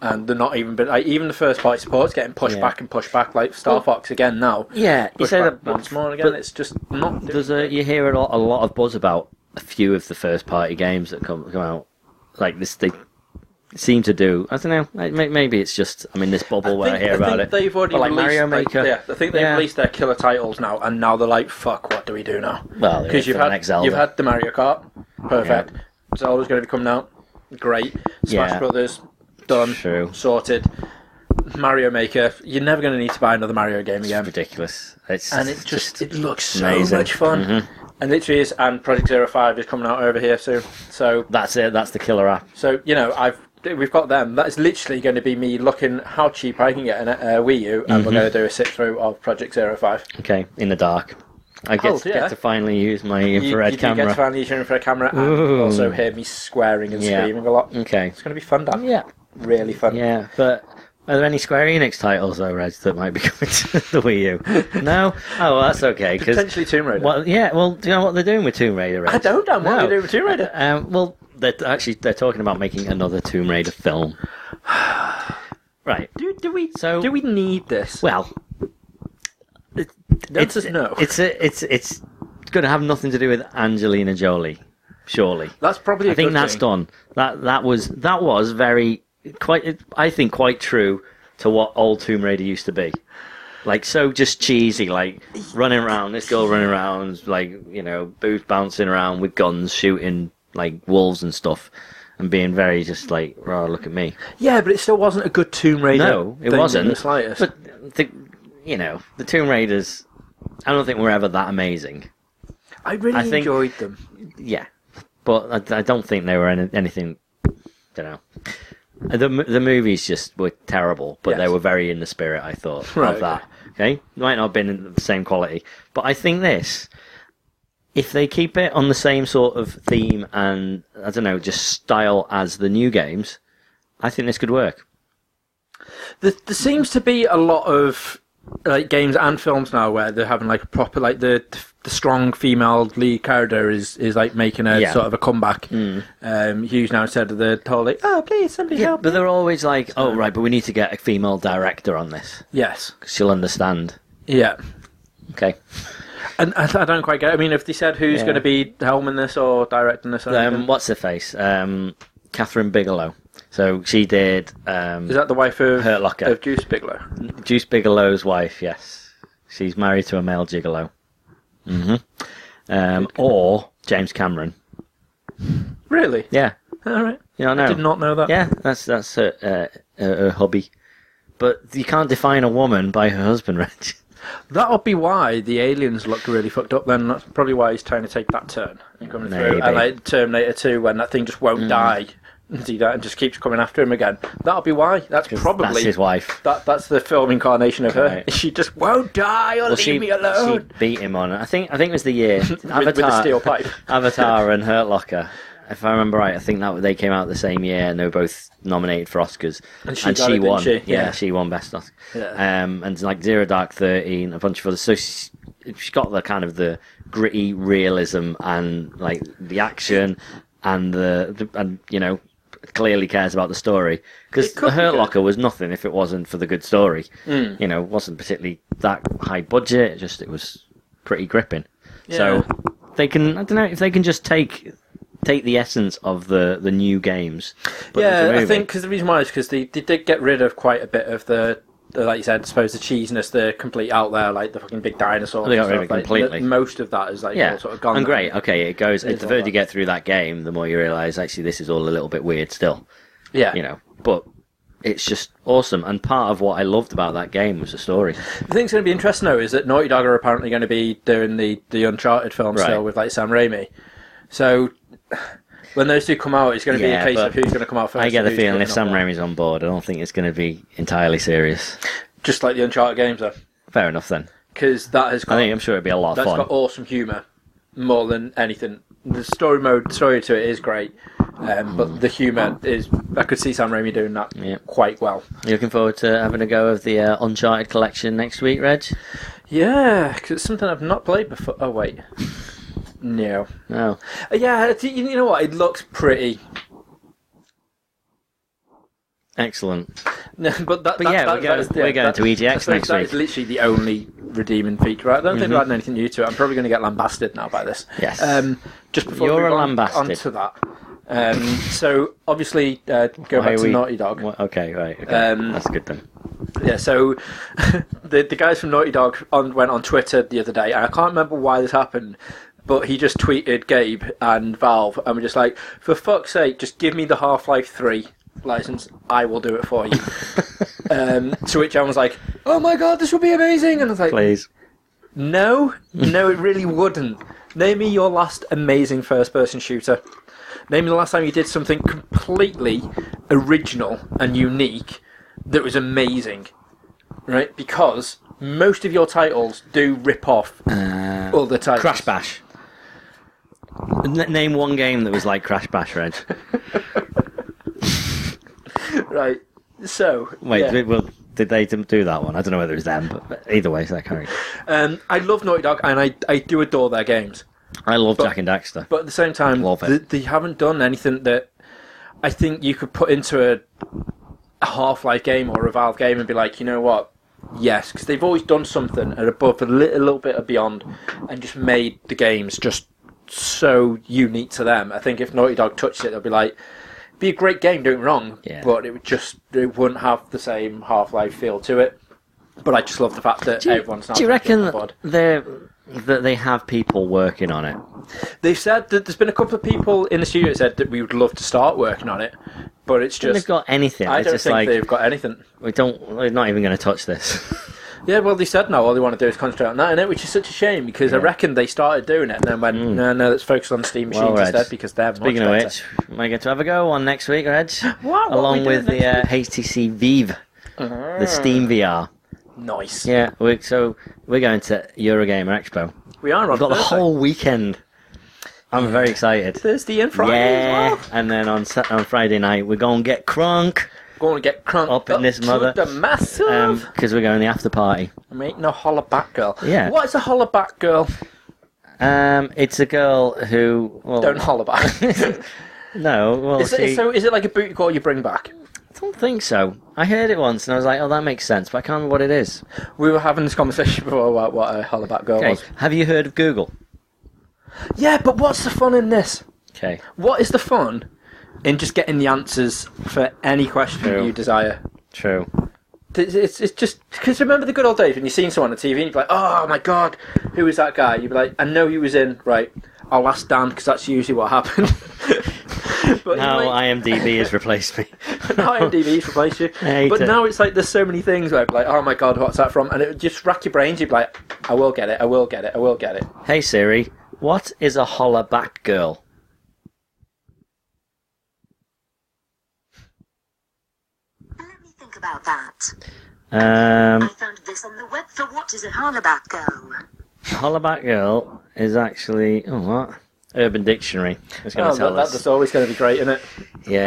and they're not even, but like, even the first party support's getting pushed
Yeah.
back and pushed back, like Star Fox again now.
Yeah, you
Pushed
say
back
that
once more and again.
but
it's just not. doing
There's a uh, you hear a lot, a lot of buzz about a few of the first party games that come come out. Like this, they seem to do. I don't know. may- Maybe it's just I'm in this bubble where I hear about it.
They've already
But like
released,
Mario
like,
Maker.
yeah, I think they've
Yeah.
released their killer titles now, and now they're like, "Fuck, what do we do now?"
Well,
because you've had you've had the Mario Kart, perfect. Zelda's going to be coming out, great. Smash
Yeah.
Brothers, done,
True.
sorted. Mario Maker, you're never going to need to buy another Mario game
It's
again.
ridiculous. It's
and it just it looks so
amazing. Mm-hmm.
much fun. And literally is, and Project Zero Five is coming out over here soon. So
that's it. That's the killer app.
so you know I've we've got them. That's literally going to be me looking how cheap I can get an uh, Wii U, and we're going
Mm-hmm.
to do a sit through of Project Zero Five.
Okay, in the dark. I get,
Oh,
to,
yeah.
get to finally use my infrared
you, you do get
camera.
to finally use your infrared camera, and
Ooh.
also hear me swearing and
Yeah.
screaming a lot.
okay.
It's going to be fun, Dan.
Yeah.
Really fun.
Yeah, but are there any Square Enix titles though, Reg, that might be coming to the Wii U? No. Oh, well, that's okay. Cause,
Potentially Tomb Raider.
well, yeah. Well, do you know what they're doing with Tomb Raider? Reg?
I don't know what
No.
we do with Tomb Raider.
Um, well, they're actually they're talking about making another Tomb Raider film. right.
Do, do we?
So-
do we need this?
Well,
it's just no.
It's a, it's it's going to have nothing to do with Angelina Jolie, surely.
that's probably. I
I think that's done. That that was that was very quite. I think quite true to what old Tomb Raider used to be. Like so, just cheesy, like running around. This girl running around, like you know, boots bouncing around with guns, shooting like wolves and stuff, and being very just like, "Oh, look at me."
Yeah, but it still wasn't a good Tomb Raider.
No, it
thing
wasn't.
In the slightest.
But the, you know, the Tomb Raiders. I don't think were ever that amazing.
I really
I think-
enjoyed them.
Yeah, but I, I don't think they were any, anything. Don't know. The m- the movies just were terrible, but they
Yes.
were very in the spirit. I thought
Right,
of that. Okay, might not have been in the same quality, but I think this. If they keep it on the same sort of theme and I don't know, just style as the new games, I think this could work.
There, there seems to be a lot of like games and films now where they're having like a proper like the the strong female lead character is is like making a
Yeah. Hmm.
sort of a comeback. Um, huge now instead of the whole like oh please somebody
Yeah,
help.
but they're always like, "Oh, right, but we need to get a female director on this
Yes,
'cause she'll understand."
yeah.
Okay.
And I, I don't quite get. It. I mean, if they said who's
Yeah.
going to be helming this or directing this, or
Um,
anything,
what's her face? Um, Catherine Bigelow. So she did um,
is that the wife of
Hurt Locker.
of Juice Bigelow?
Juice Bigelow's wife. Yes, she's married to a male gigolo. hmm Um, or James Cameron.
Really?
Yeah,
All right.
you know, no.
Did not know that.
Oh. Yeah, that's that's her, uh, her, her hobby. But you can't define a woman by her husband, Reg.
That would be why the aliens looked really fucked up. Then that's probably why he's trying to take that turn and coming
Maybe.
through. And like Terminator Two, when that thing just won't
Hmm.
die, see that, and just keeps coming after him again. That'll be why. That's
'Cause
probably
that's his wife.
That, that's the film incarnation of her.
Right.
She just won't die or
Well,
leave me alone.
she beat him on. I think I think it was the year Avatar
with the steel pipe.
Avatar and Hurt Locker. If I remember right, I think that they came out the same year and they were both nominated for Oscars.
And she got it, didn't
won.
she?
Yeah,
Yeah.
she won best Oscar.
Yeah.
Um, and like Zero Dark Thirty and a bunch of others. So she, she got the kind of the gritty realism and like the action and the, the and you know clearly cares about the story because
It could
the
be
Hurt
good.
Locker was nothing if it wasn't for the good story.
Hmm.
You know, it wasn't particularly that high budget. It just it was pretty gripping. So they can I don't know if they can just take take the essence of the the new games. put it into
yeah,
a
I
movie.
think because the reason why is because they, they did get rid of quite a bit of the, the, like you said, I suppose the cheesiness, the complete out there, like the fucking big dinosaur.
They got
and
rid of
stuff,
it
like,
completely.
the- most of that is like
yeah,
all sort of gone.
and
now.
great. Okay, it goes.
It's
the
all
further
that.
you get through that game, the more you realise actually this is all a little bit weird still.
Yeah,
You know, but it's just awesome. And part of what I loved about that game was the story.
The thing's going to be interesting though is that Naughty Dog are apparently going to be doing the the Uncharted film
Right.
still with like Sam Raimi. So when those two come out, it's going to
Yeah,
be a case
but
of who's going to come out first.
I get
and
the
who's
feeling if
picking
Sam
up what.
Raimi's on board, I don't think it's going to be entirely serious.
just like the Uncharted games, though,
Fair enough then.
because that has
I
got
think I'm sure it'd be a lot of
Oh. that's
fun.
got awesome humor more than anything. The story mode story to it is great, um, but the humor is. I could see Sam Raimi doing that
Yeah.
quite well.
You looking forward to having a go of the uh, Uncharted collection next week, Reg?
Yeah, because it's something I've not played before. Oh wait, no.
No.
Uh, Yeah, it's- you you know what? It looks pretty.
Excellent.
No, but that,
But
that,
yeah,
that,
we're going-
that is,
we're going
that-
to EGX
that's like-
next
That
week.
is literally the only redeeming feature. Right? I don't think
Mhm.
we're adding anything new to it. I'm probably going to get lambasted now by this.
Yes.
Um, just before
You're
we move
a
on,
lambasted.
onto that. Um, so obviously, uh, go
Why
back
are
to
we-
Naughty Dog.
Wha- okay, right. Okay.
Um,
That's good then.
Yeah. So the the guys from Naughty Dog on, went on Twitter the other day, and I can't remember why this happened. But he just tweeted Gabe and Valve, and we're just like, for fuck's sake, just give me the Half Life 3 license. I will do it for you. Um, to which I was like, "Oh my god, this would be amazing!" And I was like,
Please.
"No, no, it really wouldn't." Name me your last amazing first person shooter. Name me the last time you did something completely original and unique that was amazing. Right? Because most of your titles do rip off
uh,
other titles.
Crash Bash. N- name one game that was like Crash Bash, Reg.
Right. So.
Wait,
yeah.
did, well, did they d- do that one? I don't know whether it was them, but either way, so that carried.
Um, I love Naughty Dog and I, I do adore their games.
I love Jack and Daxter.
But at the same time,
Love it.
th- they haven't done anything that I think you could put into a, a Half Life game or a Valve game and be like, you know what? Yes, because they've always done something at above a little, little bit of beyond, and just made the games just so unique to them. I think if Naughty Dog touched it, they'll be like, "Be a great game, don't get me wrong,"
Yeah.
but it would just it wouldn't have the same Half Life feel to it. But I just love the fact that
do you,
everyone's now
do you
taking it
reckon
on board.
that they're that they have people working on it?
They've said that there's been a couple of people in the studio that said that we would love to start working on it, but it's
They've
just
got anything.
I
it's
don't
just
think
like
they've got anything.
we don't. We're not even going to touch this.
Yeah, well, they said no. All they want to do is concentrate on that, innit? which is such a shame because I
Yeah. Mm.
reckon they started doing it and then went, no, no, let's focus on Steam machines
Well, Reg,
instead because they're
Speaking
much
of
better.
which, might get to have a go on next week, Reg.
What? What
Along
we doing
with the uh, HTC Vive, the Steam VR.
nice.
Ah. Yeah, we so we're going to Eurogamer Expo.
We are on
We've got the
Thursday.
whole weekend. I'm very excited.
Thursday and Friday
yeah,
as well.
and then on Sa- on Friday night we're going to get crunk
Going to get crunked
Up in this mother. um,
To the massive.
because we're going to the after party.
I'm eating a holler back girl.
Yeah.
What is a holler back girl?
Um, it's a girl who well,
Don't holler back.
no, well,
is,
she,
it, so is it like a booty call you bring back?
I don't think so. I heard it once and I was like, oh, that makes sense, but I can't remember what it is.
We were having this conversation before about what a hollaback girl
Okay,
was.
have you heard of Google?
Yeah, but what's the fun in this?
Okay,
What is the fun in just getting the answers for any question
True.
you desire?
true.
It's, it's, it's just because remember the good old days when you've seen someone on TV and you're like, oh my god, who is that guy? You'd be like, I know he was in, right? I'll ask Dan because that's usually what happened. but
Now
you're like,
IMDb has replaced me.
now IMDb's replaced you.
hate
But
it.
now it's like there's so many things where I'd be like, oh my god, what's that from? And it would just rack your brains. You'd be like, I will get it, I will get it, I will get it.
Hey Siri, what is a holler back girl?
Let me think about that. I
Um,
found this on the web for what is a hollaback girl.
holler back girl is actually oh what? Urban Dictionary. It's going
Oh,
to tell
that, that's
us.
always going to be great, isn't it?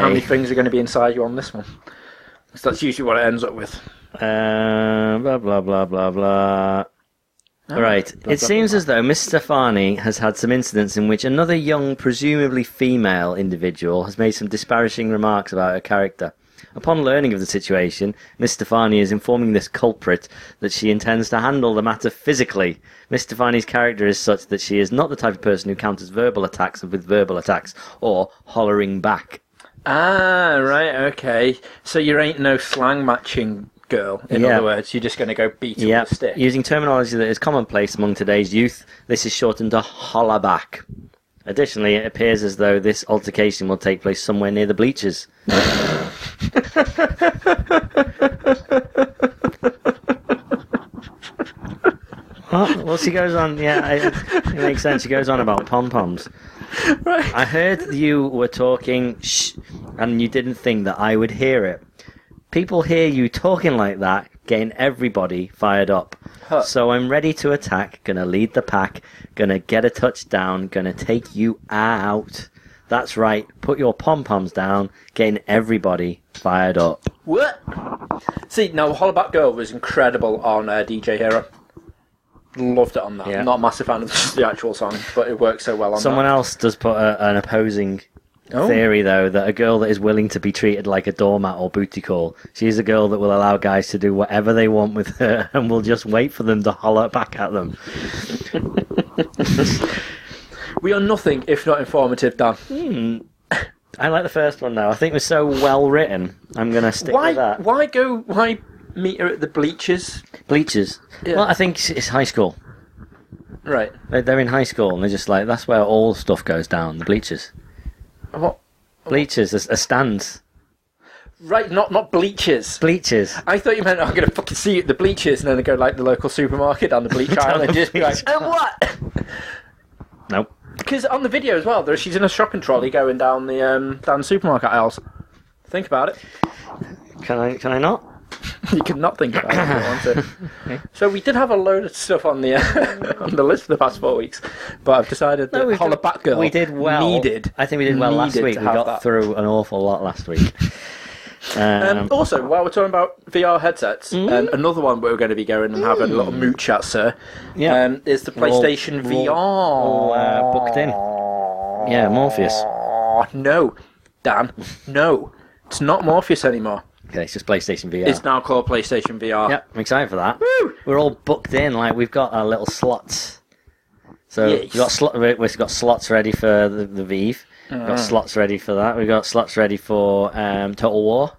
How many
Yeah.
things are going to be inside you on this one? 'Cause that's usually what it ends up with.
Um, blah blah blah blah blah. Right. it seems as though Miss Stefani has had some incidents in which another young, presumably female individual has made some disparaging remarks about her character. Upon learning of the situation, Miss Stefani is informing this culprit that she intends to handle the matter physically. Miss Stefani's character is such that she is not the type of person who counters verbal attacks with verbal attacks or hollering back.
Ah, right, okay. So you ain't no slang matching girl. In
Yeah.
other words, you're just going to go beat up
Yep.
the stick.
Using terminology that is commonplace among today's youth, this is shortened to holla back. Additionally, it appears as though this altercation will take place somewhere near the bleachers. What? Well, she goes on. Yeah, it, it makes sense. She goes on about pom poms.
Right.
I heard you were talking, shh, and you didn't think that I would hear it. People hear you talking like that, getting everybody fired up.
Huh.
So I'm ready to attack, gonna lead the pack, gonna get a touchdown, gonna take you out. That's right, put your pom poms down, getting everybody fired up.
What? See, now Hollaback Girl was incredible on uh, DJ Hero. Loved it on that.
Yeah.
Not a massive fan of the actual song, but it worked so well on
Someone
that.
else does put a, an opposing
Oh.
theory, though, that a girl that is willing to be treated like a doormat or booty call, she's a girl that will allow guys to do whatever they want with her and will just wait for them to holler back at them.
Oh, We are nothing if not informative, Dan.
Hmm. I like the first one, though. I think it was so well written. I'm going to stick
Why?
with that.
Why go? Why meet her at the bleachers?
Bleachers.
Yeah.
Well, I think it's- it's high school.
Right.
They're- They're in high school and they're just like, that's where all stuff goes down, the bleachers.
What?
Bleachers, a, a stands.
Right. Not not bleachers.
Bleachers.
I thought you meant "Oh, I'm going to fucking see you at the bleachers, and then I go like the local supermarket down the bleach
Down
aisle and
the
just be like,
bleach
and what?
Nope.
Because on the video as well, there, she's in a shopping trolley going down the um, down the supermarket aisles. Think about it.
Can I? Can I not?
You cannot think about it. If you want to. So we did have a load of stuff on the uh, on the list for the past four weeks, but I've decided that
we've
Holla
done-
Back Girl
We did well.
needed.
I think we did well last
needed
week.
to
We
have
got
that.
through an awful lot last week. Um, Mm.
Um, also, while we're talking about VR headsets, and another one we're going to be going and having a little moot chat, sir,
Yeah.
um, is the
We'll-
PlayStation
we'll- we'll, uh, booked in. Yeah, Morpheus.
VR. No, Dan, no. It's not Morpheus anymore.
Okay, it's just PlayStation VR.
It's now called PlayStation VR.
Yep, I'm excited for that.
Woo!
We're all booked in. Like we've got our little slots. So
Yes.
we've got slot. we- We've got slots ready for the, the Vive. We've
Uh-huh.
got slots ready for that. We've got slots ready for um, Total War.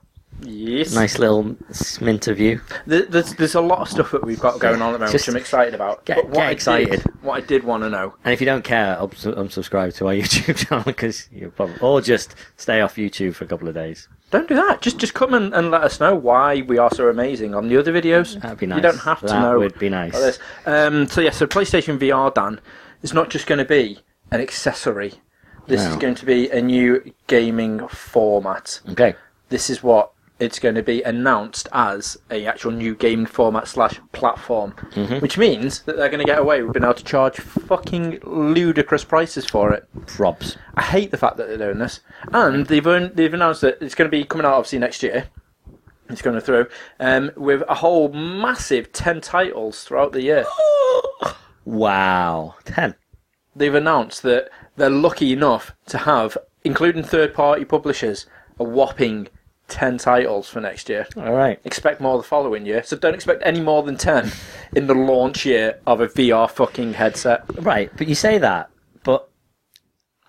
Yes.
Nice little smint of you.
There- There's, there's a lot of stuff that we've got going on at the moment,
Just
which I'm excited about.
get-
but what
get
I did-
excited.
what I did want to know.
And if you don't care, ups- unsubscribe to our YouTube channel because you probably or just stay off YouTube for a couple of days.
Don't do that. Just just come and, and let us know why we are so amazing on the other videos.
That'd be
You
nice.
don't have to
That
know.
would be nice.
about this. Um, so yeah, so PlayStation VR, Dan, is not just going to be an accessory. This is
No.
going to be a new gaming format.
Okay.
This is what it's going to be announced as a actual new gaming format slash platform, which means that they're going to get away with being able to charge fucking ludicrous prices for it.
Probs.
I hate the fact that they're doing this, and they've un- they've announced that it's going to be coming out obviously next year. It's going to through um, with a whole massive ten titles throughout the year.
Wow. Ten.
They've announced that they're lucky enough to have, including third-party publishers, a whopping ten titles for next year.
All right.
Expect more the following year, so don't expect any more than ten in the launch year of a VR fucking headset.
Right, but you say that, but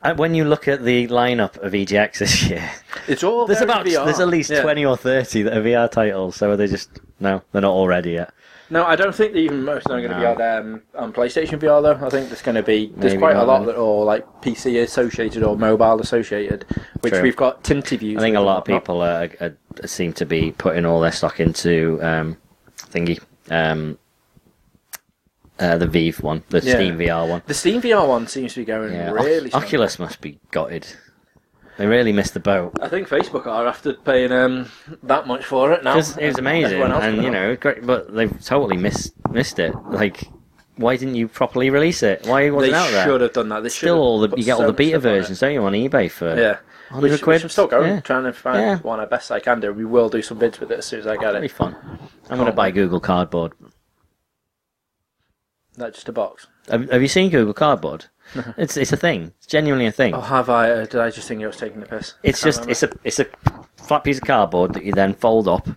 uh, when you look at the lineup of EGX this year,
It's all
there's
very
about
VR.
there's at least
Yeah.
twenty or thirty that are VR titles. So are they just no? They're not all ready yet.
No, I don't think that even most of them are going to
No.
be on, um, on PlayStation VR though. I think there's going to be there's
Maybe
quite a
not,
lot
then.
that are like PC associated or mobile associated, which
True.
we've got tinted views.
I think a
with
lot of
and whatnot.
people are, are, seem to be putting all their stock into um, thingy, um, uh, the Vive one, the
Yeah.
Steam VR one.
The Steam VR one seems to be going
Yeah, Oc-
really. strong.
Oculus must be gutted. They really missed the boat.
I think Facebook are after paying um, that much for it now.
Because it was amazing,
Oh, Everyone else
and
can
you know, great, but they've totally missed missed it. Like, why didn't you properly release it? Why
they
wasn't it out there?
should have done that. They should
Still,
have
all the
put
you get
so
all the
much
beta
stuff on it.
versions, don't you, on eBay for
Yeah. Which,
100
which
quid?
I'm still going,
Yeah.
trying to find
Yeah.
one I best I can do. We will do some bids with it as soon as I get
That'd be
it.
fun.
Oh,
I'm gonna buy Google Cardboard.
Not just a box.
Have, have you seen Google Cardboard? it's it's a thing. It's genuinely a thing.
Oh, have I? Uh, did I just think it was taking the piss?
it's
Can't
just
remember.
it's a it's a flat piece of cardboard that you then fold up,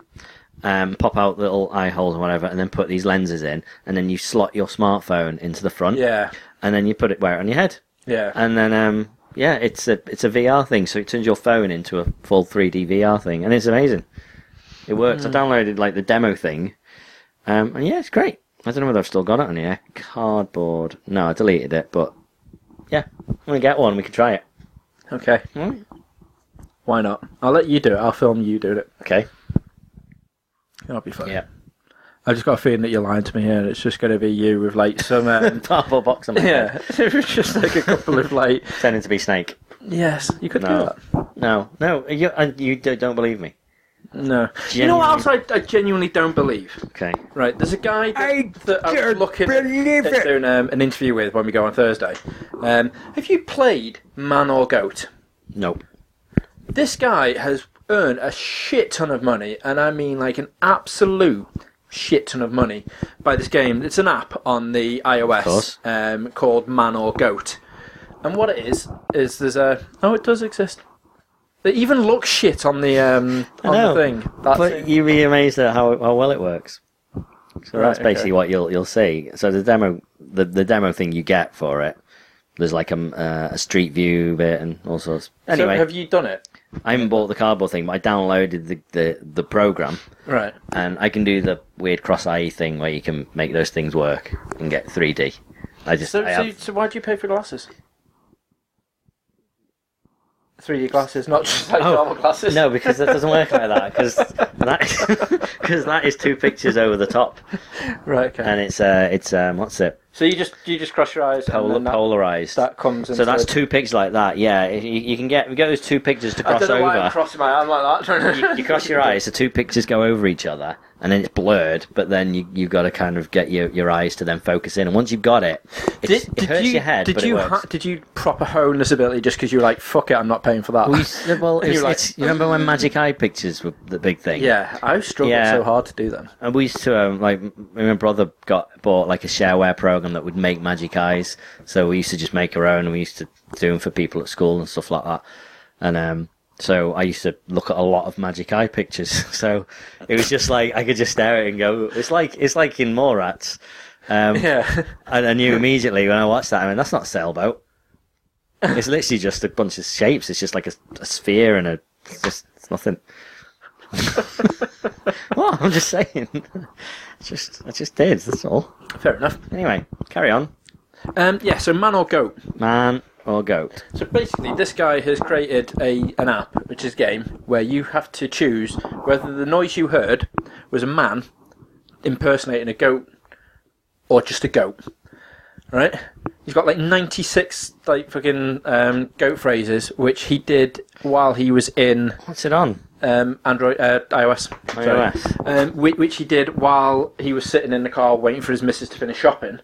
um, pop out little eye holes and whatever, and then put these lenses in, and then you slot your smartphone into the front,
yeah,
and then you put it where on your head.
yeah.
and then um, yeah, it's a it's a VR thing. So it turns your phone into a full 3D VR thing, and it's amazing. It works. I downloaded like the demo thing, um, and yeah, it's great. I don't know whether I've still got it on here. Cardboard. No, I deleted it, but yeah, I'm gonna get one. We can try it.
Okay.
Mm.
Why not? I'll let you do it. I'll film you doing it.
Okay.
That'll be fun.
Yeah.
I've just got a feeling that you're lying to me here, and it's just going to be you with like some. Um,
Cardboard box. On my
yeah,
yeah.
it was just like a couple of like.
Pretending to be snake.
Yes, you could
No.
do
No, no, you uh, you d- don't believe me.
that. No. You know what else
Genuinely.
I, I genuinely don't believe?
Okay.
Right, there's a guy that
I
that I was
don't
looking
believe
at
it.
doing um, an interview with when we go on Thursday. Um, have you played Man or Goat?
Nope.
this guy has earned a shit ton of money, and I mean like an absolute shit ton of money by this game. It's an app on the iOS
course.
um, called Man or Goat, and what it is is there's a oh it does exist. They even look shit on the um, on
know,
the thing. That's
but you'd be amazed at how, how well it works. So
Right,
that's
okay.
basically what you'll you'll see. So the demo the, the demo thing you get for it, there's like a, m- uh, a street view bit and all sorts. Anyway,
so have you done it?
I haven't bought the cardboard thing, but I downloaded the, the, the program
Right.
and I can do the weird cross eye thing where you can make those things work and get 3D. I just
So,
I
so,
have-
so why do you pay for glasses? 3D glasses, not just like normal glasses.
Oh. No, because that doesn't work like that. Because that, cause that is two pictures over the top,
Right. Okay.
and it's uh, it's um, what's it?
So you just you just cross your eyes. and
Polar,
then that,
polarized.
that comes.
so
into
that's
the-
two pics like that. Yeah, you, you can get we get those two pictures to
I
cross
don't know
over.
why I'm crossing my arm like that.
you, you cross your eyes, the two pictures go over each other, and then it's blurred. But then you you've got to kind of get your, your eyes to then focus in. And once you've got it, it's, it hurts
you,
your head.
Did
but
you
it works.
ha- did you proper hone this ability just because you were like, fuck it, I'm not paying for that.
well, you, s- well
And
it's,
you're like- "Mm."
it's- you remember when Magic Eye pictures were the big thing?
yeah, I struggled
Yeah.
so hard to do them.
And we used to um, like m- my brother got bought like a shareware program that would make magic eyes. So we used to just make our own, and we used to do them for people at school and stuff like that. And um, so I used to look at a lot of magic eye pictures. So it was just like I could just stare at it and go, "It's like it's like in Morats." Um,
Yeah,
And I knew immediately when I watched that. I mean, that's not sailboat. It's literally just a bunch of shapes. It's just like a, a sphere and a it's just it's nothing. well, I'm just saying. just I just did. That's all.
fair enough.
Anyway, carry on.
Um, yeah, so man or goat.
Man or goat?
So basically, this guy has created a an app, which is a game where you have to choose whether the noise you heard was a man impersonating a goat or just a goat. Right? He's got like ninety six like fucking um, goat phrases, which he did while he was in
What's it on?
um, Android uh, iOS. sorry.
iOS.
Um, which, which he did while he was sitting in the car waiting for his missus to finish shopping.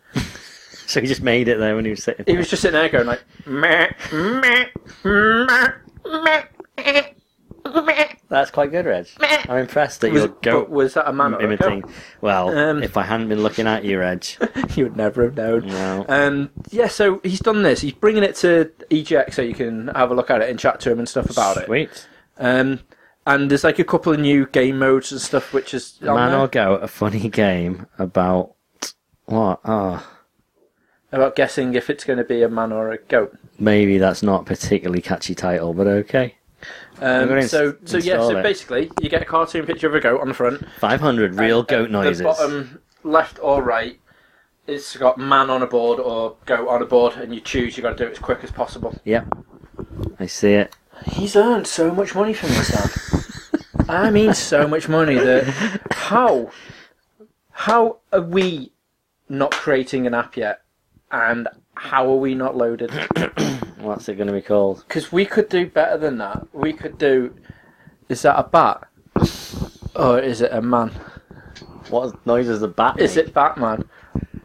So he just made it there when he was sitting.
He was just sitting there going like meh meh meh meh. meh.
That's quite good, Reg. I'm impressed that
Was,
you're
but
goat
was that a man or a
imitating.
goat?
Well,
Um,
if I hadn't been looking at you, Reg,
You would never have known.
No.
Um, yeah, so he's done this. He's bringing it to EJX so you can have a look at it and chat to him and stuff about it.
sweet.
Um, and there's like a couple of new game modes and stuff, which is on
Man
there
or Goat, a funny game about what? Ah,
about guessing if it's going to be a man or a goat.
maybe that's not a particularly catchy title, but okay. I'm
Um,
gonna
so,
ins-
so yeah,
install
so
it.
basically, you get a cartoon picture of a goat on the front.
500 real goat noises.
uh, The bottom left or right, it's got man on a board or goat on a board, and you choose. You got to do it as quick as possible.
Yep. I see it.
He's earned so much money from this ad. I mean, so much money that how how are we not creating an app yet, and how are we not loaded?
What's it going to be called?
Because we could do better than that. We could do. Is that a bat? Or is it a man?
What noise is the bat?
Is it Batman?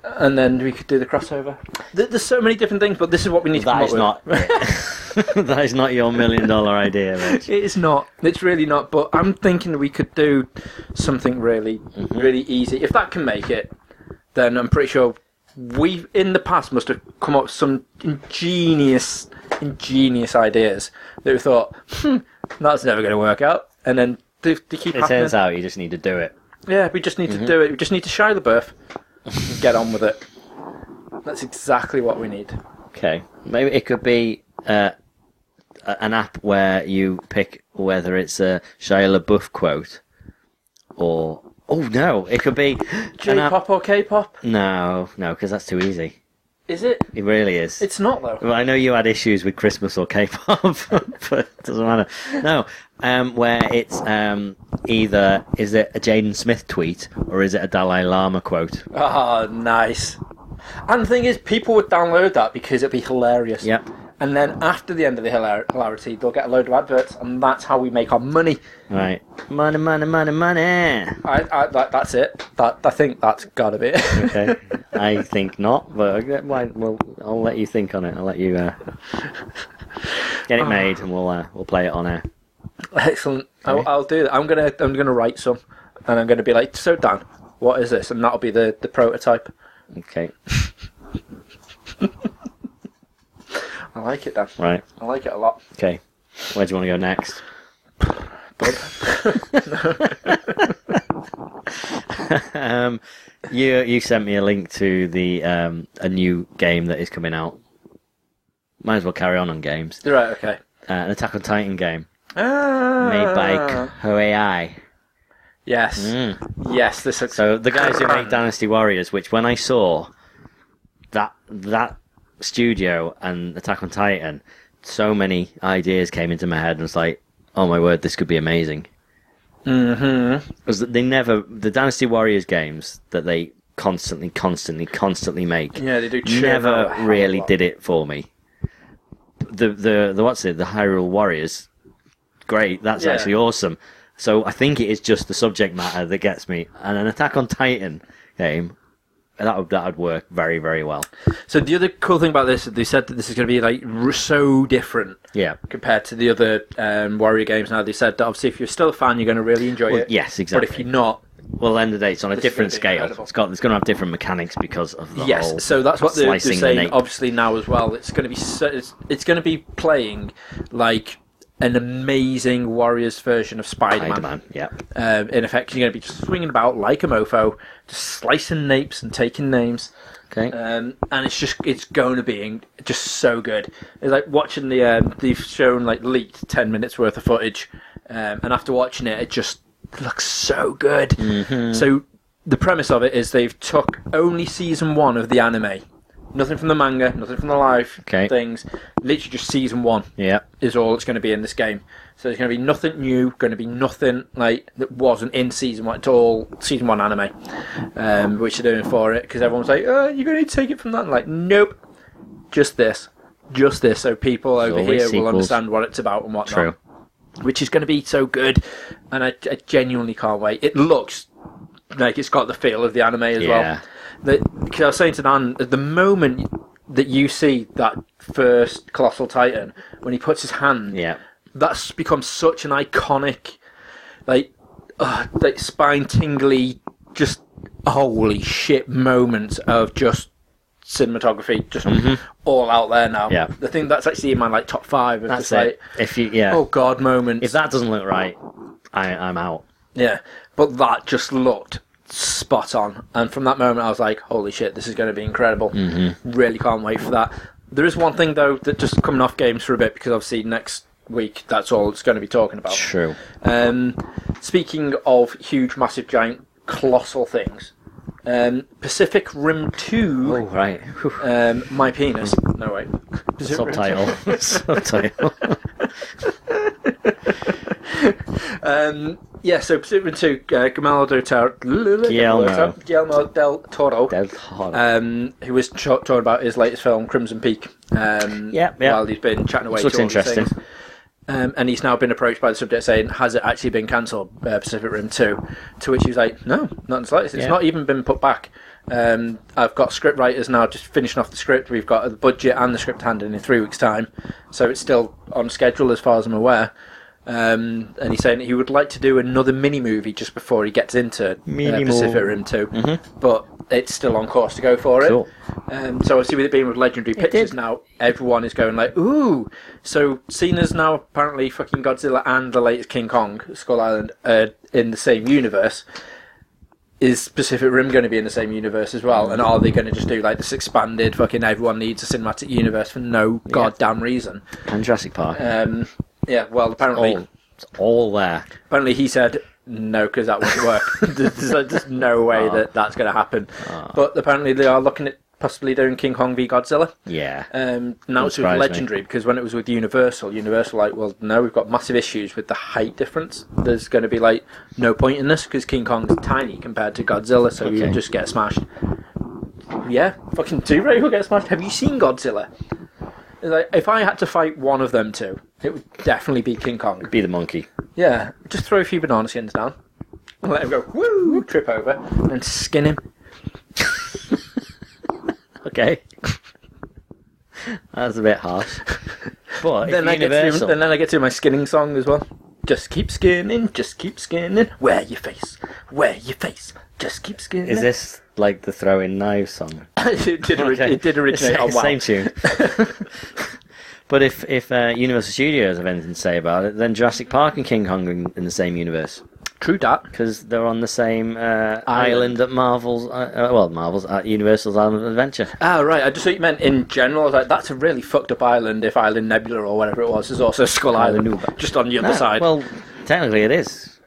And then we could do the crossover. Th- There's so many different things, but this is what we need to come
That
up
is
with.
not. that is not your million dollar idea, Rich.
It is not. It's really not. But I'm thinking we could do something really,
Mm-hmm.
really easy. If that can make it, then I'm pretty sure we in the past must have come up with some ingenious, ingenious ideas that we thought, hmm, that's never going to work out. And then they, they keep
It
happening.
turns out Mm-hmm. you just need to do it.
Yeah, we just need to do it. We just need to Shia LaBeouf and get on with it. That's exactly what we need.
Okay. Maybe it could be uh, a- an app where you pick whether it's a Shia LaBeouf quote or. Oh no! It could be an app-
J-pop or K-pop?
No, no, because that's too easy.
Is it?
It really is.
It's not though.
well, I know you had issues with Christmas or K-pop, but it doesn't matter. No, um, where it's um, either is it a Jaden Smith tweet or is it a Dalai Lama quote?
Ah, nice. And the thing is, people would download that because it'd be hilarious.
Yep.
And then after the end of the hilar- hilarity, they'll get a load of adverts, and that's how we make our money.
Right, money, money, money, money.
I, I that, that's it. That I think that's gotta be it.
Okay, I think not, but okay, why, well, I'll let you think on it. I'll let you uh, get it made, and we'll uh, we'll play it on air.
Excellent. I'll, I'll do that. I'm gonna I'm gonna write some, and I'm gonna be like, so Dan, what is this? And that'll be the the prototype.
Okay,
I like it, Dan.
right.
I like it a lot.
Okay, where do you want to go next? um, you you sent me a link to the um, a new game that is coming out. Might as well carry on on games.
Right, okay.
Uh, an Attack on Titan game
Ah,
made by Koei.
Yes. Yes, this looks
Mm. So the guys who make Dynasty Warriors, which when I saw that that studio and Attack on Titan, so many ideas came into my head and was like, oh my word, this could be amazing.
Mm-hmm.
Because they never the Dynasty Warriors games that they constantly, constantly, constantly make
Yeah, they do. churn out a
never
hell of a
really
lot.
did it for me. The the the what's it? The Hyrule Warriors. Great, that's
Yeah.
actually awesome. So I think it is just the subject matter that gets me. And an Attack on Titan game that would that would work very very well.
So the other cool thing about this is they said that this is going to be like r- so different
Yeah.
compared to the other um, Warrior games. Now they said that obviously if you're still a fan, you're going to really enjoy
Well,
it.
yes,
But if
exactly.
you're not,
Well, end of the day, it's on a
This is
different
gonna be
scale.
incredible.
It's got it's going to have different mechanics because of the whole.
yes. So that's what they're, they're
slicing the
saying.
nape.
obviously now as well, it's going to be so, it's, it's going to be playing like an amazing Warriors version of Spider-Man.
Spider-Man, yeah.
Um, in effect, you're going to be just swinging about like a mofo, just slicing napes and taking names.
Okay.
um, and it's just it's going to be in- just so good. It's like watching the um, they've shown like leaked ten minutes worth of footage, um, and after watching it, it just looks so good.
Mm-hmm.
So the premise of it is they've took only season one of the anime, nothing from the manga, nothing from the live
Okay.
things, literally just season one
yeah.
is all it's going to be in this game. So there's going to be nothing new, going to be nothing like that wasn't in season one. It's all season one anime, um, which they're doing for it because everyone's like, "Oh, you're going to take it from that." And like, nope, just this, just this. So people over
always
here will
sequels.
understand what it's about and whatnot
True.
which is going to be so good, and I, I genuinely can't wait. It looks like it's got the feel of the anime as
Yeah.
well. Because I was saying to Dan, at the moment that you see that first colossal titan when he puts his hand,
Yeah.
that's become such an iconic, like, uh, like spine tingly, just holy shit moment of just cinematography, just all out there now.
Mm-hmm. Yeah.
the thing that's actually in my like top five. Of
That's
just, like,
it. If you yeah.
Oh God, moments.
If that doesn't look right, I, I'm out.
Yeah, but that just looked spot on, and from that moment I was like, "Holy shit, this is going to be incredible!" Really can't wait for that. There is one thing though that just coming off games for a bit because obviously next week that's all it's going to be talking about.
True.
Um, speaking of huge, massive, giant, colossal things, um, Pacific Rim Two.
Oh right.
Um, my penis. No wait. Pacific Rim 2.
Subtitle. Subtitle.
Um, yeah, so Pacific Rim Two. Uh, Guillermo del Toro.
Guillermo.
Guillermo del Toro.
Del Toro.
um, who was ch- talking about his latest film, Crimson Peak. Um,
Yeah, yeah.
While he's been chatting away.
This looks
to all these
interesting.
things. Um, and he's now been approached by the subject saying, "Has it actually been cancelled, uh, Pacific Rim 2? To which he was like, "No, not in the slightest. It's
Yeah.
not even been put back." Um, I've got script writers now just finishing off the script. We've got the budget and the script handed in three weeks' time, so it's still on schedule as far as I'm aware. Um, and he's saying that he would like to do another mini movie just before he gets into uh,
Mini-mo.
Pacific Rim 2, but it's still on course to go for it.
Cool.
Um, so obviously with it being with Legendary Pictures
did.
now, everyone is going like, ooh. So Cena's now apparently fucking Godzilla and the latest King Kong, Skull Island, uh, in the same universe. Is Pacific Rim going to be in the same universe as well? And are they going to just do like this expanded fucking everyone needs a cinematic universe for no goddamn reason?
and Jurassic Park.
Um, yeah, well, apparently
all, it's all there.
Apparently, he said no because that wouldn't work. there's, there's- there's no way
Ah.
that that's going to happen. But apparently, they are looking at possibly doing King Kong v Godzilla.
Yeah.
Um, now it's with
surprise me.
Legendary because when it was with Universal, Universal like, well, no, we've got massive issues with the height difference. There's going to be like no point in this because King Kong's tiny compared to Godzilla, so you'll
Okay.
just get smashed. Yeah, fucking T-Ray will get smashed. Have you seen Godzilla? Like, if I had to fight one of them two, it would definitely be King Kong.
Be the monkey.
Yeah, just throw a few banana skins down. and Let him go, woo, trip over, and then skin him.
Okay. That's a bit harsh. But
Then I,
if
get to,
Universal,
then I get to my skinning song as well. Just keep skinning, just keep skinning. Wear your face, wear your face. Just keep skinning.
is this like the throwing knives song?
it, did ori-
Okay.
it did originate.
Same,
on wow.
same tune. but if if uh, Universal Studios have anything to say about it, then Jurassic Park and King Kong are in, in the same universe
True dat.
because they're on the same uh, island at Marvel's. Uh, uh, well, Marvel's at Universal's Island of Adventure.
Ah, right. I just thought you meant in general. I was like, that's a really fucked up island. If Island Nebula or whatever it was is also Skull
Island
Island,
Nebula.
just on the other
No,
side.
Well, technically it is